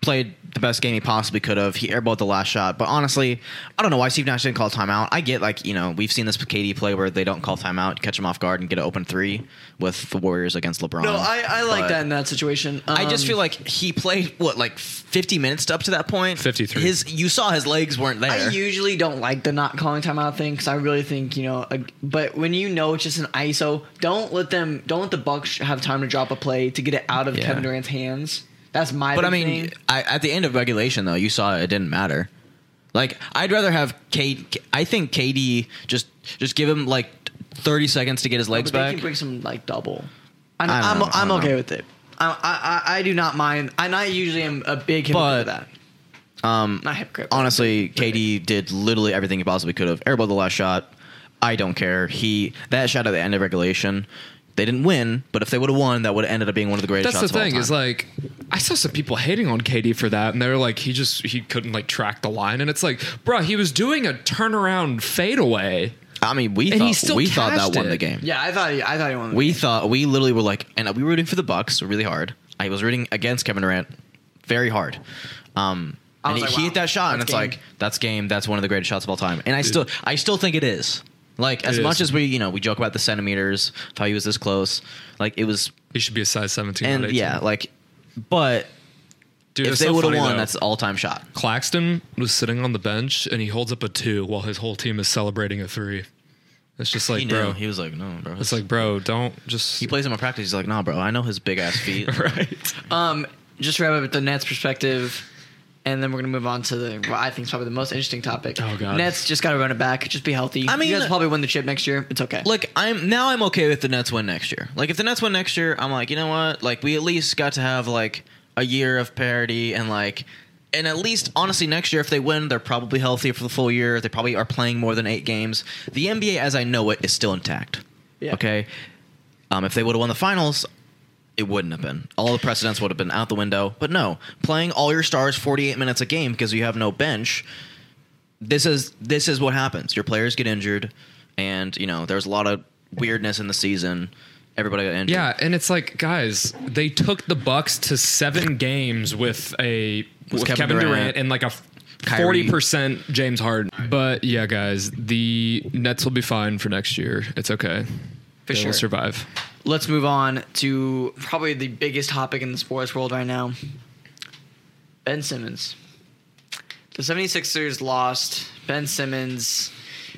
played the best game he possibly could have. He airballed the last shot, but honestly, I don't know why Steve Nash didn't call timeout. I get like you know we've seen this KD play where they don't call timeout, catch him off guard, and get an open three with the Warriors against LeBron.
No, I, I like
But
that in that situation.
I just
Um,
feel like he played what like 50 minutes up to that point.
53.
His you saw his legs weren't there.
I usually don't like the not calling timeout thing because I really think you know. A, but when you know it's just an ISO, don't let them, don't let the Bucks have time to drop a play to get it out of
Yeah.
Kevin Durant's hands. That's my.
But
big
I mean,
thing.
I, at the end of regulation, though, you saw it didn't matter. Like, I'd rather have Kate. I think KD just just give him like thirty seconds to get his legs
but they
back.
can bring some like double. I'm,
I don't
I'm,
know, I
I'm
don't
okay
know.
with it. I, I I I do not mind, and I usually am a big
But-
hypocrite of that. Um, not hypocrite. but-
Honestly, KD did literally everything he possibly could have. Airball the last shot. I don't care. He that shot at the end of regulation. They didn't win, but if they would have won, that would have ended up being one of the greatest
That's the
shots of all
thing is
time.
like, I saw some people hating on KD for that, and they're like, he just he couldn't like track the line, and it's like, bruh, he was doing a turnaround fadeaway.
I mean, we
and he
thought
still
we thought that
cashed
won
it.
the game.
yeah, I thought he, I thought he won. the
We thought we literally were like, and we were rooting for the Bucks really hard. I was rooting against Kevin Durant very hard. Um,
I
and
was
he,
like,
he
wow,
hit that shot, and
that's
it's
game.
like that's game. That's one of the greatest shots of all time. And I still, I still think it is. Like as
It
much
is.
as we, you know, we joke about the centimeters, of how he was this close. Like it was,
He should be a size seventeen. not
and
18.
yeah, like, but
Dude,
if
it's
they
so
would have
funny,
won,
though.
that's all time shot.
Claxton was sitting on the bench and he holds up a two while his whole team is celebrating a three. It's just like,
he knew.
bro.
He was like, no, bro.
It's like, bro, don't just.
he plays him in practice. He's like, nah, bro. I know his big ass feet.
right.
Um, just to wrap up with the Nets perspective, and then we're gonna move on to the what I think is probably the most interesting topic.
Oh, God.
Nets just gotta run it back. Just be healthy.
I mean-
you guys will probably win the chip next year. It's okay.
Like I'm now I'm okay with the Nets win next year. Like if the Nets win next year, I'm like, you know what? Like we at least got to have like a year of parity and like and at least honestly next year if they win, they're probably healthy for the full year. They probably are playing more than 8 games. The NBA as I know it is still intact.
Yeah.
Okay. Um if they would have won the finals, it wouldn't have been. All the precedents would have been out the window. But no, playing all your stars 48 minutes a game because you have no bench this is this is what happens. Your players get injured, and you know there's a lot of weirdness in the season. Everybody got injured.
Yeah, and it's like, guys, they took the Bucks to seven games with a with, Kevin,
Kevin
Durant.
Durant
and like a
Kyrie.
forty percent James Harden. But yeah, guys, the Nets will be fine for next year. It's okay.
For
they
sure.
will survive.
Let's move on to probably the biggest topic in the sports world right now. Ben Simmons. The 76ers lost. Ben Simmons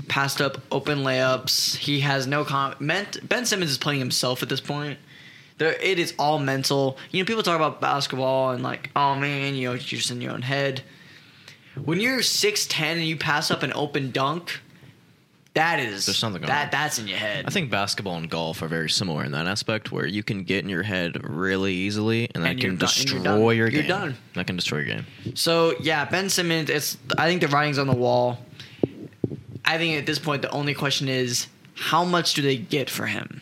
passed up open layups. He has no comment. Ben Simmons is playing himself at this point. There, it is all mental. You know, people talk about basketball and like, oh man, you know, you're just in your own head. When you're 6'10 and you pass up an open dunk, that is
There's something going
that
on.
that's in your head.
I think basketball and golf are very similar in that aspect, where you can get in your head really easily, and that
And you're
can
done- and
destroy
you're done.
your
You're
game.
done.
That can destroy your game.
So yeah, Ben Simmons. It's I think the writing's on the wall. I think at this point the only question is how much do they get for him.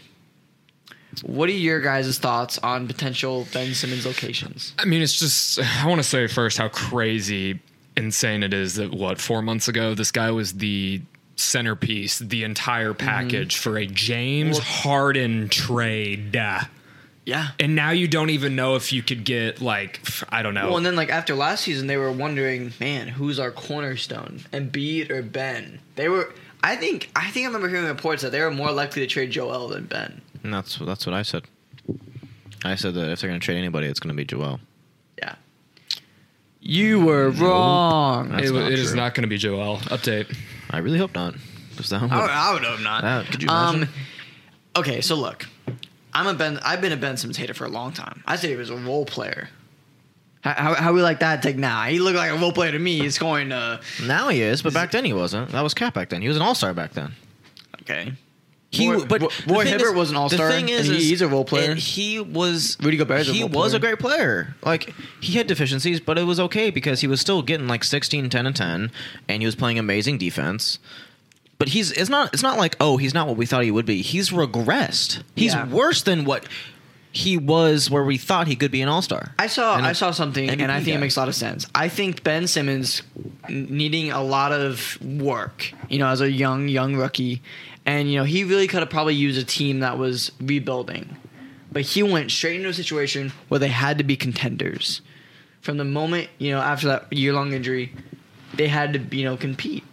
What are your guys' thoughts on potential Ben Simmons locations?
I mean, it's just, I want to say first how crazy insane it is that, what, four months ago, this guy was the centerpiece, the entire package for a James Harden trade.
Yeah.
And now you don't even know if you could get like f- I don't know.
Well, and then like after last season, they were wondering, man, who's our cornerstone, Embiid or Ben? They were. I think I think I remember hearing reports that they were more likely to trade Joel than Ben.
And that's that's what I said. I said that if they're going to trade anybody, it's going to be Joel.
Yeah. You were wrong.
That's
It-
not
it is
true.
not going to be Joel. Update.
I really hope not, because that would,
I, would- I would hope not.
that, could you imagine?
Um, okay, so look, I'm a Ben. I've been a Ben Simmons hater for a long time. I say he was a role player. How, how, how we like that? Take now. He looked like a role player to me. He's going to
now he is, but back then he wasn't. That was Cap back then. He was an All Star back then.
okay.
He,
Roy-
w- but
Roy-
the
Roy
thing
Hibbert
is-
was an all-star,
The thing is,
and he-
is
he's a role player.
and he was
Rudy Gobert is a
He
role
was
player.
a great player. Like he had deficiencies, but it was okay because he was still getting like 16, 10, and ten, and he was playing amazing defense. But he's it's not it's not like oh he's not what we thought he would be. He's regressed. He's
Yeah.
worse than what he was where we thought he could be an all star.
I saw
And
I
a-
saw something, and,
MVP
I think
guy.
it makes a lot of sense. I think Ben Simmons n- needing a lot of work, you know, as a young young rookie, and you know he really could have probably used a team that was rebuilding, but he went straight into a situation where they had to be contenders. From the moment you know after that year long injury, they had to you know compete,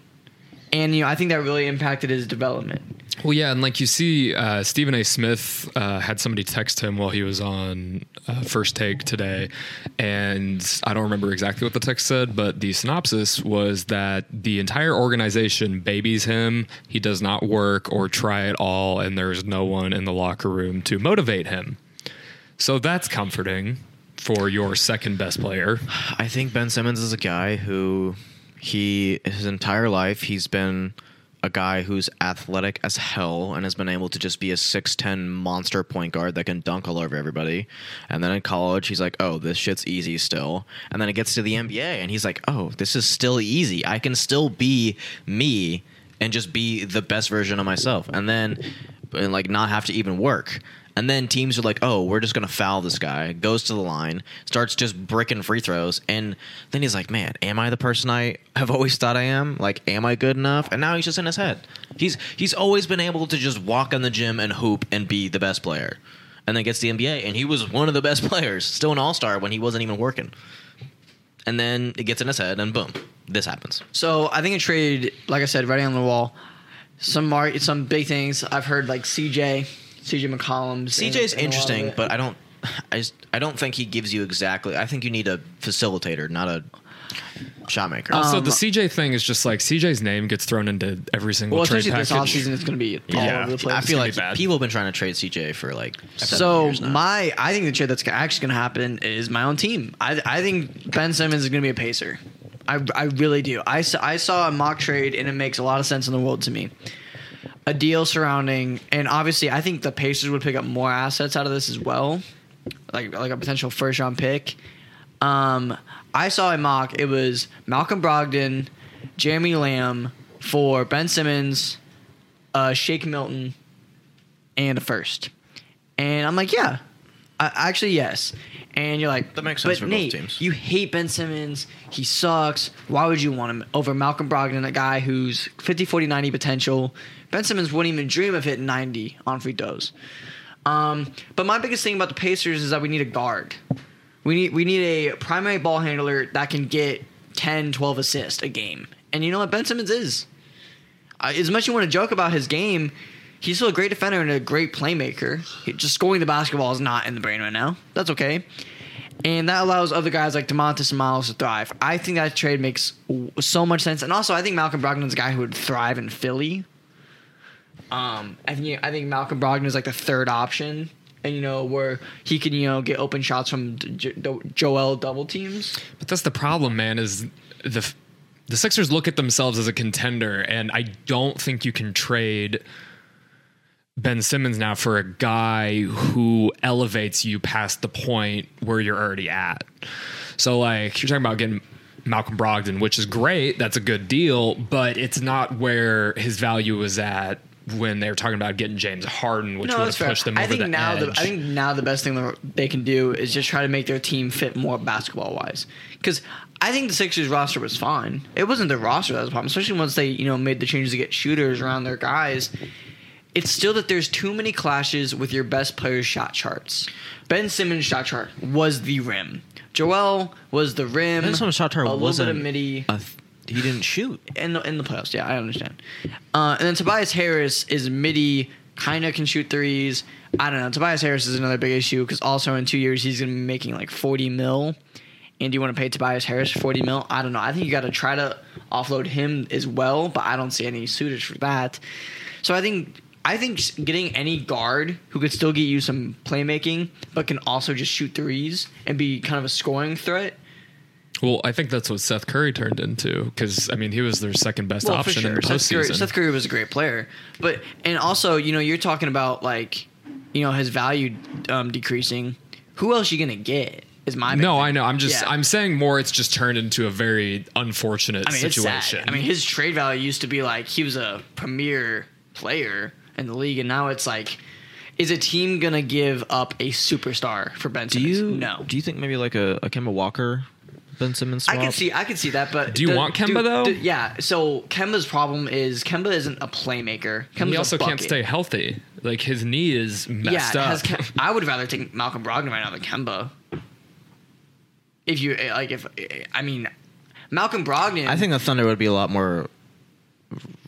and you know I think that really impacted his development.
Well, yeah, and like you see, uh, Stephen A. Smith uh, had somebody text him while he was on uh, First Take today, and I don't remember exactly what the text said, but the synopsis was that the entire organization babies him. He does not work or try at all, and there's no one in the locker room to motivate him. So that's comforting for your second best player.
I think Ben Simmons is a guy who he his entire life he's been a guy who's athletic as hell and has been able to just be a 6'10 monster point guard that can dunk all over everybody. And then in college he's like, "Oh, this shit's easy still." And then it gets to the NBA and he's like, "Oh, this is still easy. I can still be me and just be the best version of myself." And then and like not have to even work. And then teams are like, "Oh, we're just gonna foul this guy." Goes to the line, starts just bricking free throws, and then he's like, "Man, am I the person I have always thought I am? Like, am I good enough?" And now he's just in his head. He's he's always been able to just walk in the gym and hoop and be the best player, and then gets the NBA, and he was one of the best players, still an All Star when he wasn't even working. And then it gets in his head, and boom, this happens.
So I think a trade, like I said, writing on the wall. Some mar- some big things I've heard, like CJ, CJ McCollum.
CJ's interesting, but I don't. I just, I don't think he gives you exactly. I think you need a facilitator, not a shot maker.
Also,
Um,
the CJ thing is just like CJ's name gets thrown into every single
well,
trade
especially
package.
this offseason, it's going to be all
Yeah.
over the place.
I feel
gonna
like
be bad.
people have been trying to trade CJ for like seven
so
years now.
my, I think the trade that's actually going to happen is my own team. I, I think Ben Simmons is going to be a pacer. I, I really do. I, s- I saw a mock trade and it makes a lot of sense in the world to me. A deal surrounding, and obviously, I think the Pacers would pick up more assets out of this as well, like like a potential first round pick. Um, I saw a mock. It was Malcolm Brogdon, Jeremy Lamb for Ben Simmons, uh, Shake Milton, and a first. And I'm like, yeah, I, actually, yes. And you're like,
That makes sense for
but
both
Nate,
teams."
You hate Ben Simmons. He sucks. Why would you want him over Malcolm Brogdon, a guy who's 50, 40, 90 potential? Ben Simmons wouldn't even dream of hitting 90 on free throws. Um, but my biggest thing about the Pacers is that we need a guard. We need we need a primary ball handler that can get 10, 12 assists a game. And you know what Ben Simmons is? Uh, as much as you want to joke about his game, he's still a great defender and a great playmaker. He- just scoring the basketball is not in the brain right now. That's okay. And that allows other guys like DeMontis and Miles to thrive. I think that trade makes w- so much sense. And also, I think Malcolm Brogdon's a guy who would thrive in Philly. Um, I think I think Malcolm Brogdon is like the third option, and you know where he can you know get open shots from J- Jo- Joel double teams.
But that's the problem, man. Is the the Sixers look at themselves as a contender, and I don't think you can trade Ben Simmons now for a guy who elevates you past the point where you're already at. So, like, you're talking about getting Malcolm Brogdon, which is great. That's a good deal, but it's not where his value was at when they were talking about getting James Harden, which would have pushed them over
I think
the
now
edge.
the I think now the best thing that they can do is just try to make their team fit more basketball wise. Because I think the Sixers roster was fine. It wasn't the roster that was a problem, especially once they you know made the changes to get shooters around their guys. It's still that there's too many clashes with your best players' shot charts. Ben Simmons' shot chart was the rim. Joel was the rim.
Ben Simmons' shot chart
a little
wasn't
bit of midi
a th- Uh, he didn't shoot.
in the in the playoffs. Yeah, I understand. Uh, and then Tobias Harris is midi, kind of can shoot threes. I don't know. Tobias Harris is another big issue because also in two years he's gonna be making like forty mil. And do you want to pay Tobias Harris forty mil? I don't know. I think you got to try to offload him as well, but I don't see any suitors for that. So I think I think s- getting any guard who could still get you some playmaking, but can also just shoot threes and be kind of a scoring threat
Well, I think that's what Seth Curry turned into because I mean he was their second best
for
option in the
Seth Curry,
postseason.
Seth Curry was a great player, but and also you know you're talking about like you know his value um, decreasing. Who else you gonna get? Is my big
no,
thing.
I know. I'm just
Yeah.
I'm saying more. It's just turned into a very unfortunate
I mean, It's
situation.
sad. I mean, his trade value used to be like he was a premier player in the league, and now it's like, is a team gonna give up a superstar for Ben
Do
Simmons?
you
no.
Do you think maybe like a, a Kemba Walker, Ben Simmons?
I can
swap?
see, I can see that, but
Do you want Kemba, though?
yeah. So Kemba's problem is Kemba isn't a playmaker. Kemba's
he
a
also can't
bucket.
stay healthy. Like his knee is messed
yeah, it
up.
has Kem- I would rather take Malcolm Brogdon right now than Kemba. If you eh, like, if eh, I mean, Malcolm Brogdon,
I think the Thunder would be a lot more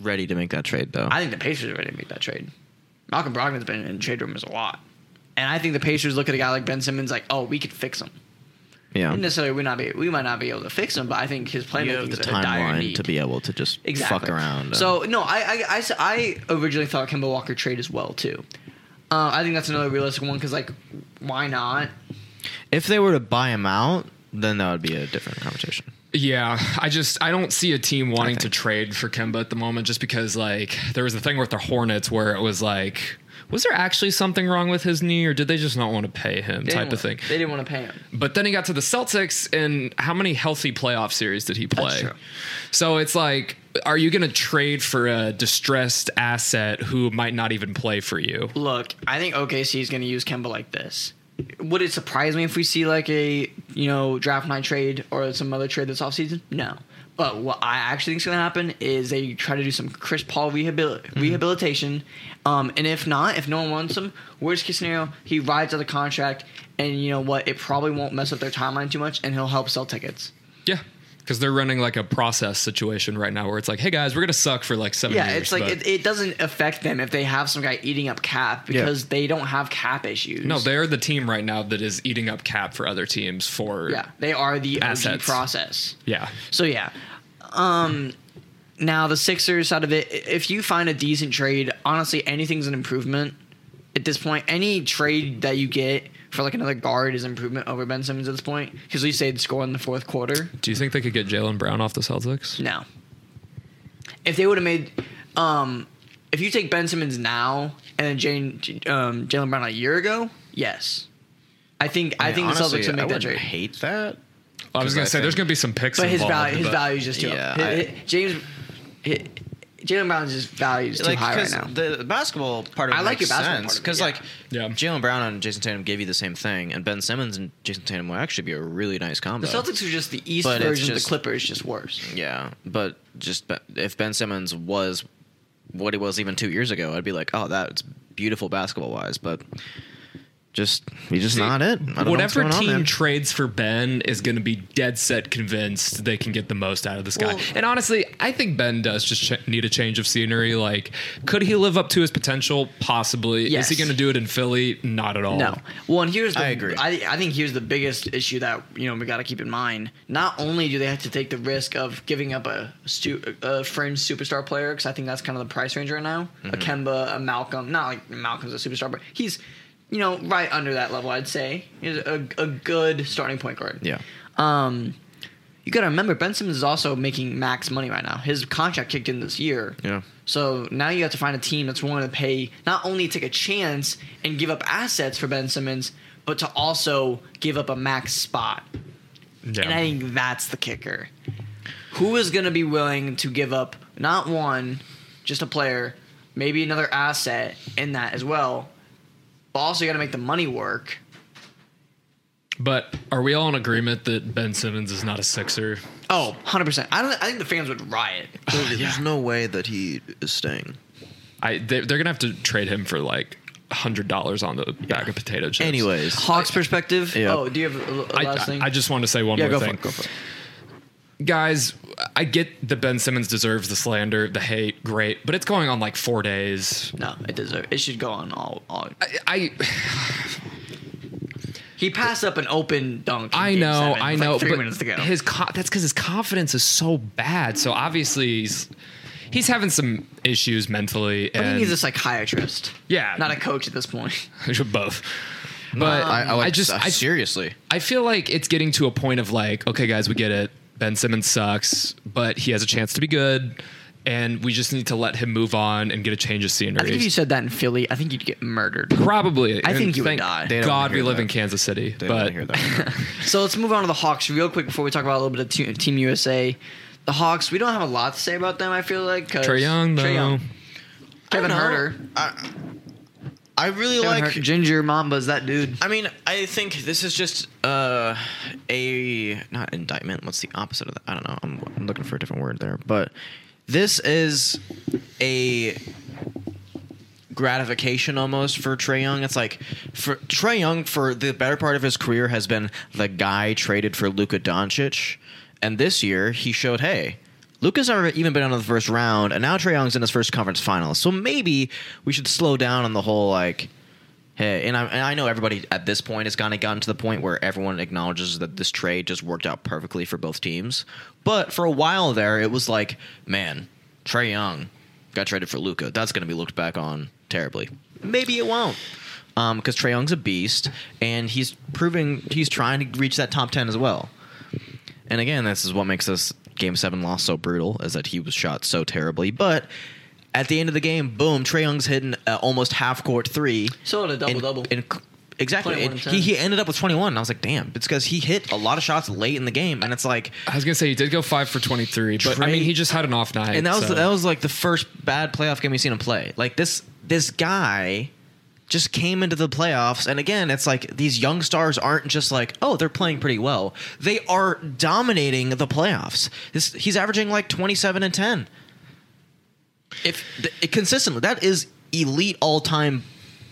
ready to make that trade, though.
I think the Pacers are ready to make that trade. Malcolm Brogdon's been in trade rumors a lot, and I think the Pacers look at a guy like Ben Simmons like, oh, we could fix him.
yeah,
Not necessarily we not be we might not be able to fix him, but I think his
you
playmaking
have the
is a dire
timeline
need.
to be able to just
exactly.
fuck around.
So no, I I, I s- I originally thought Kemba Walker trade as well too. Uh, I think that's another realistic one because like, why not?
if they were to buy him out, then that would be a different conversation.
Yeah, I just I don't see a team wanting
Okay.
to trade for Kemba at the moment, just because like there was a thing with the Hornets where it was like, was there actually something wrong with his knee, or did they just not want to pay him,
They
type
didn't
of
wa-
thing.
They didn't want to pay him.
But then he got to the Celtics, and how many healthy playoff series did he play?
true.
So it's like, are you going to trade for a distressed asset who might not even play for you?
Look, I think OKC is going to use Kemba like this. Would it surprise me if we see like a you know draft night trade or some other trade this offseason? No. But what I actually think is going to happen is they try to do some Chris Paul rehabil-
Mm-hmm.
rehabilitation, um, and if not, if no one wants him, worst case scenario, he rides out the contract, and you know what? It probably won't mess up their timeline too much, and he'll help sell tickets.
Yeah. Because they're running like a process situation right now where it's like, hey guys, we're going to suck for like seven
Yeah,
years.
it's like
but-
it, it doesn't affect them if they have some guy eating up cap
Yeah.
because they don't have cap issues.
no, they're the team right now that is eating up cap for other teams for.
Yeah, they are the OG
Assets.
process.
Yeah.
So yeah. Um now the Sixers out of it, i- if you find a decent trade, honestly anything's an improvement at this point. Any trade that you get for like another guard is improvement over Ben Simmons at this point because we say score in the fourth quarter.
Do you think they could get Jalen Brown off the Celtics?
No. If they would have made, um, if you take Ben Simmons now and then Jane, um, Jalen Brown a year ago, yes, I think I, think the Celtics would make that trade.
hate that.
I was
'Cause
going
I
to say there's
think-
going to be some picks.
But his
involved,
value, his
but-
value's just too.
Yeah,
hi-
I-
hi- James, hi- Jalen Brown's just value is too
Like
high right
'cause
now.
the basketball part of it
I like
makes
your basketball part
sense
of it,
because
yeah.
like
Yeah.
Jalen Brown and Jason Tatum gave you the same thing, and Ben Simmons and Jason Tatum will actually be a really nice combo.
the Celtics are just the East
But it's
version of
just-
the Clippers, just worse.
Yeah, but just be- if Ben Simmons was what he was even two years ago, I'd be like, oh, that's beautiful basketball wise, but just he's just not it. I don't know what's
Whatever
going on
team
there.
trades for Ben is going to be dead set convinced they can get the most out of this guy.
Well-
and honestly, I think Ben does just ch- need a change of scenery. Like, could he live up to his potential? Possibly.
Yes.
Is he going to do it in Philly? Not at all.
No, well, and here's the,
Oh. I agree.
I, I think here's the biggest issue that you know we got to keep in mind. Not only do they have to take the risk of giving up a stu- a fringe superstar player, because I think that's kind of the price range right now.
Mm-hmm.
A Kemba, a Malcolm, not like Malcolm's a superstar, but he's you know right under that level. I'd say he's a, a good starting point guard.
yeah,
Um, you got to remember Ben Simmons is also making max money right now. His contract kicked in this year.
yeah.
So now you have to find a team that's willing to pay not only take a chance and give up assets for Ben Simmons, but to also give up a max spot.
Yeah.
And I think that's the kicker. Who is going to be willing to give up not one, just a player, maybe another asset in that as well, but also you got to make the money work.
But are we all in agreement that Ben Simmons is not a Sixer?
Oh, 100%. I don't I think the fans would riot.
There's no way that he is staying.
I they, they're gonna have to trade him for like hundred dollars on the bag of potato chips.
Anyways,
Hawks perspective.
Yeah.
Oh, do you have a, a
I,
last
I,
thing?
I just want to say one
yeah, go
more
for
thing.
it. Go for it.
guys, I get that Ben Simmons deserves the slander, the hate, great, but it's going on like four days.
No, it deserves. It should go on all. all.
I
He passed up an open dunk. in
I
game
know,
seven
I
with,
know.
Like three
but
minutes to go.
His co- that's because his confidence is so bad. So obviously he's he's having some issues mentally.
I
And
think he's a psychiatrist.
Yeah.
not a coach at this point.
both. But
I, I, like, uh,
I just I,
seriously.
I feel like it's getting to a point of like, okay, guys, we get it. Ben Simmons sucks, but he has a chance to be good, and we just need to let him move on and get a change of
I think if you
scenery.
said that in Philly, I think you'd get murdered.
Probably.
I
And
think you would
thank
die. They
don't wanna
God, we
hear
live
that.
in Kansas City,
They
but
don't hear that.
So let's move on to the Hawks real quick before we talk about a little bit of Team, team USA. The Hawks, we don't have a lot to say about them. I feel like 'cause-
Trey Young, though,
Trae Young, Kevin
I don't know.
Herter,
I really
Kevin
like.
Herter, Ginger Mamba's that dude.
I mean, I think this is just uh, a not indictment. What's the opposite of that? I don't know. I'm, I'm looking for a different word there, but this is a gratification almost for Trey Young. It's like for Trey Young for the better part of his career has been the guy traded for Luka Doncic, and this year he showed hey. Luka's never even been on the first round, and now Trey Young's in his first conference final. So maybe we should slow down on the whole like Hey, and I, and I know everybody at this point has kind of gotten to the point where everyone acknowledges that this trade just worked out perfectly for both teams. But for a while there, it was like, man, Trey Young got traded for Luca. That's going to be looked back on terribly. Maybe it won't. Because Trey Young's a beast, and he's proving he's trying to reach that top 10 as well. And again, this is what makes this game seven loss so brutal is that he was shot so terribly. But at the end of the game, boom, Trey Young's hitting uh, almost half court three.
Still had a
And-
double-double.
and c- Exactly.
21
And
and
he, he ended up with 21. And I was like, damn. It's because he hit a lot of shots late in the game. And it's like,
I was gonna say he did go five for twenty three, but I
Trey-
mean he just had an off night.
and that was
so-
that was like the first bad playoff game we've seen him play. Like this this guy just came into the playoffs, and again, it's like these young stars aren't just like oh they're playing pretty well. They are dominating the playoffs. This he's averaging like twenty seven and ten. If th- it, consistently, that is elite all time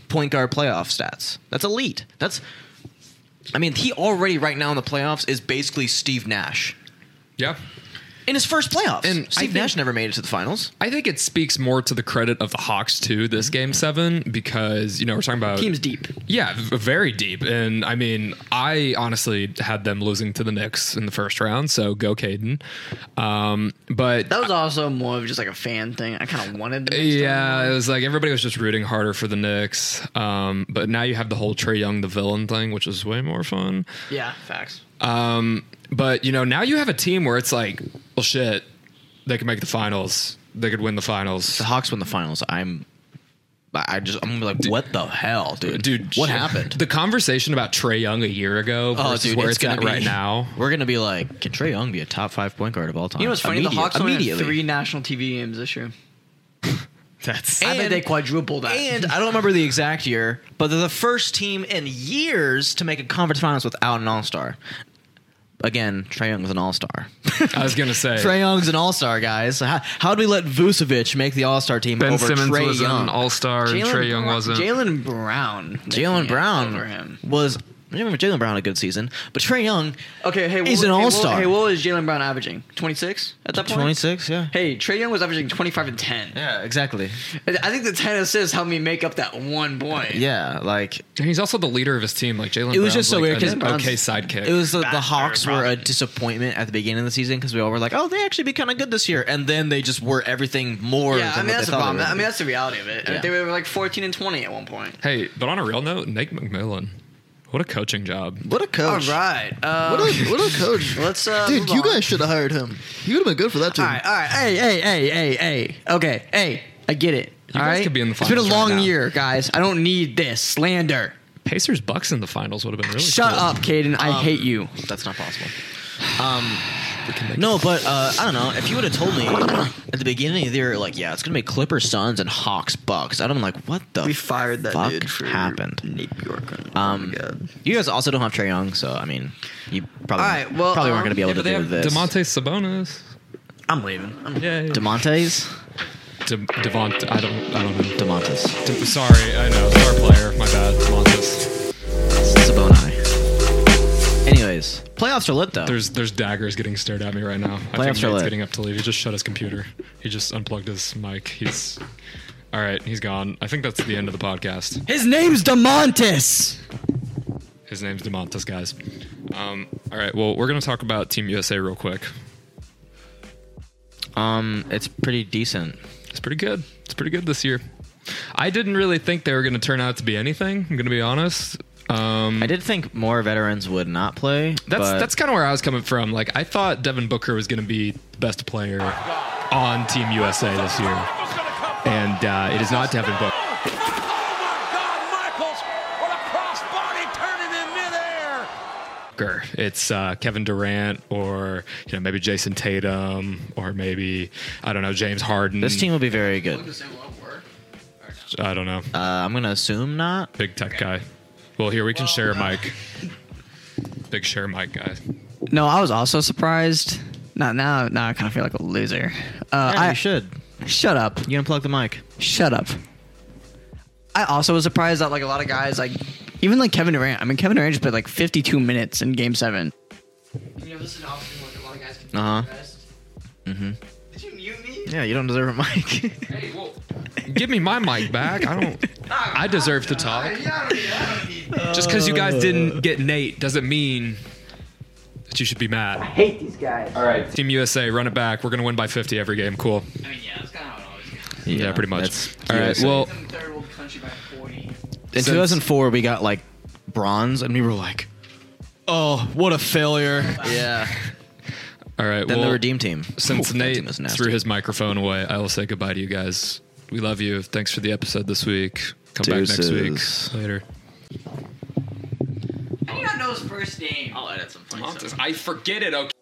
point guard playoff stats. That's elite. That's I mean, he already right now in the playoffs is basically Steve Nash.
yeah.
In his first playoffs,
And I
Steve
think-
Nash never made it to the finals.
I think it speaks more to the credit of the Hawks too
Mm-hmm.
this game seven because you know we're talking about
Team's deep.
Yeah, v- very deep. And I mean, I honestly had them losing to the Knicks in the first round, so go Caden. Um, but
That was also more of just like a fan thing. I kind of wanted. them to
yeah, it was like everybody was just rooting harder for the Knicks. Um, but now you have the whole Trey Young the villain thing, which is way more fun.
start. yeah, facts.
But you know, now you have a team where it's like, well, shit, they could make the finals. They could win the finals.
the Hawks win the finals, I'm I I just I'm gonna be like, what the hell, dude?
Dude,
what
shit.
happened? Oh,
The conversation about Trey Young a year ago versus where Oh, it's, at
be,
right now.
We're gonna be like, can Trey Young be a top five point guard of all time?
You know what's funny? The
Immediate-
Hawks only had
immediately.
three national TV games this year.
That's
I bet
And-
they quadrupled that.
And I don't remember the exact year, but they're the first team in years to make a conference finals without an all star. Again, Trey Young was an all star.
I was gonna say
Trey Young's an all star, guys. How, how do we let Vucevic make the all star team
Ben
over
Simmons
Trey
was
Young?
an All Star and
Jalen
Trey Young
Brown-
wasn't.
Jalen Brown.
Jalen
over
Brown
him.
was. I remember Jalen Brown had a good season, but Trey Young
Okay, hey,
He's
what-
an
hey, what-
all-star.
Hey, what was Jalen Brown averaging? Twenty six at that point.
26, yeah.
Hey, Trey Young was averaging twenty five and ten.
Yeah, exactly.
I I think the ten assists helped me make up that one point.
Yeah, like
And he's also the leader of his team. Like Jalen,
it was just so weird
like
because
an okay sidekick.
It was the, the
Bastard
Hawks were a
problem.
disappointment at the beginning of the season because we all were like, oh, they actually be kind of good this year, and then they just were everything more.
Yeah, I
than
mean
what
that's
they
the
thought they
problem.
were
I
gonna
mean
be.
that's the reality of it.
Yeah.
They were like fourteen and twenty at one point.
hey, but on a real note, Nate McMillan, what a coaching job.
what a
All
coach!
right. Uh,
What a, what a coach.
let's uh,
Dude,
move
you
on.
guys should have hired him. He would have been good for that team.
All right, all right. Hey, hey, hey, hey, hey. Okay, hey, I get it. all
You guys
right?
could be in the
It's been a
finals right
long
now.
year, guys. I don't need this slander.
Pacers Bucks in the finals would have been really.
Shut
cool.
up, Caden. I hate you.
That's not possible.
we can make
No, but uh, I don't know. If you would have told me at the beginning of the year, like, yeah, it's gonna be Clippers, Suns, and Hawks, Bucks, I'd have been like, what the?
We fired that
fuck
dude for Oh
happened.
New York.
Um, you guys also don't have Trey Young, so I mean, you probably
All right, well,
probably
um,
weren't gonna be able
yeah, but
to
they
do
have
this.
Demonte Sabonis.
I'm leaving. I'm
Yeah,
Demontes,
De- Devont. I don't. I don't know.
Demontes,
De- sorry, I know. Star player. My bad. Demontis.
Saboni. Anyways, playoffs are lit though.
There's there's daggers getting stared at me right now. I
Playoffs
think
are
Nate's
lit.
getting up to leave. He just shut his computer. He just unplugged his mic. He's all right. He's gone. I think that's the end of the podcast.
His name's DeMontis.
His name's Demontis, guys. Um, all right. Well, we're gonna talk about Team USA real quick.
um, it's pretty decent.
It's pretty good. It's pretty good this year. I didn't really think they were gonna turn out to be anything. I'm gonna be honest. Um,
I did think more veterans would not play.
That's
but
that's kind of where I was coming from. Like I thought Devin Booker was going to be the best player on Team USA this year, and uh, it is not Devin Booker. It's uh, Kevin Durant, or you know maybe Jason Tatum, or maybe I don't know James Harden.
this team will be very good.
I don't know,
Uh, I'm gonna assume not.
big tech guy. Well, here we can share a mic. Big share mic guy.
No, I was also surprised. Not now. Now I kind of feel like a loser. Uh,
Yeah,
I
you should.
shut up.
You unplug the mic.
Shut up. I also was surprised that like a lot of guys like even like Kevin Durant. I mean Kevin Durant just played like 52 minutes in Game Seven. You know this is obviously what a lot of guys can do
Uh-huh.
their best. Did you mute me?
Yeah, you don't deserve a mic.
Give me my mic back. I don't. I deserve to talk. Just because you guys didn't get Nate doesn't mean that you should be mad.
hate these guys. All right.
Team USA, run it back. We're gonna win by 50 every game. Cool.
I mean, yeah, that's kind of how it always goes.
Yeah, pretty much.
that's
All right.
USA.
Well,
Some third world country by 40.
in
since-
2004 we got like bronze, and we were like, oh, what a failure. Yeah.
all right.
Then
well,
the redeem team.
since
Ooh, that
Nate
team is nasty.
threw his microphone away, I will say goodbye to you guys. We love you. Thanks for the episode this week. Come back next
Deuces.
week. Later.
I do not know his first name. I'll edit some.
I forget it. Okay.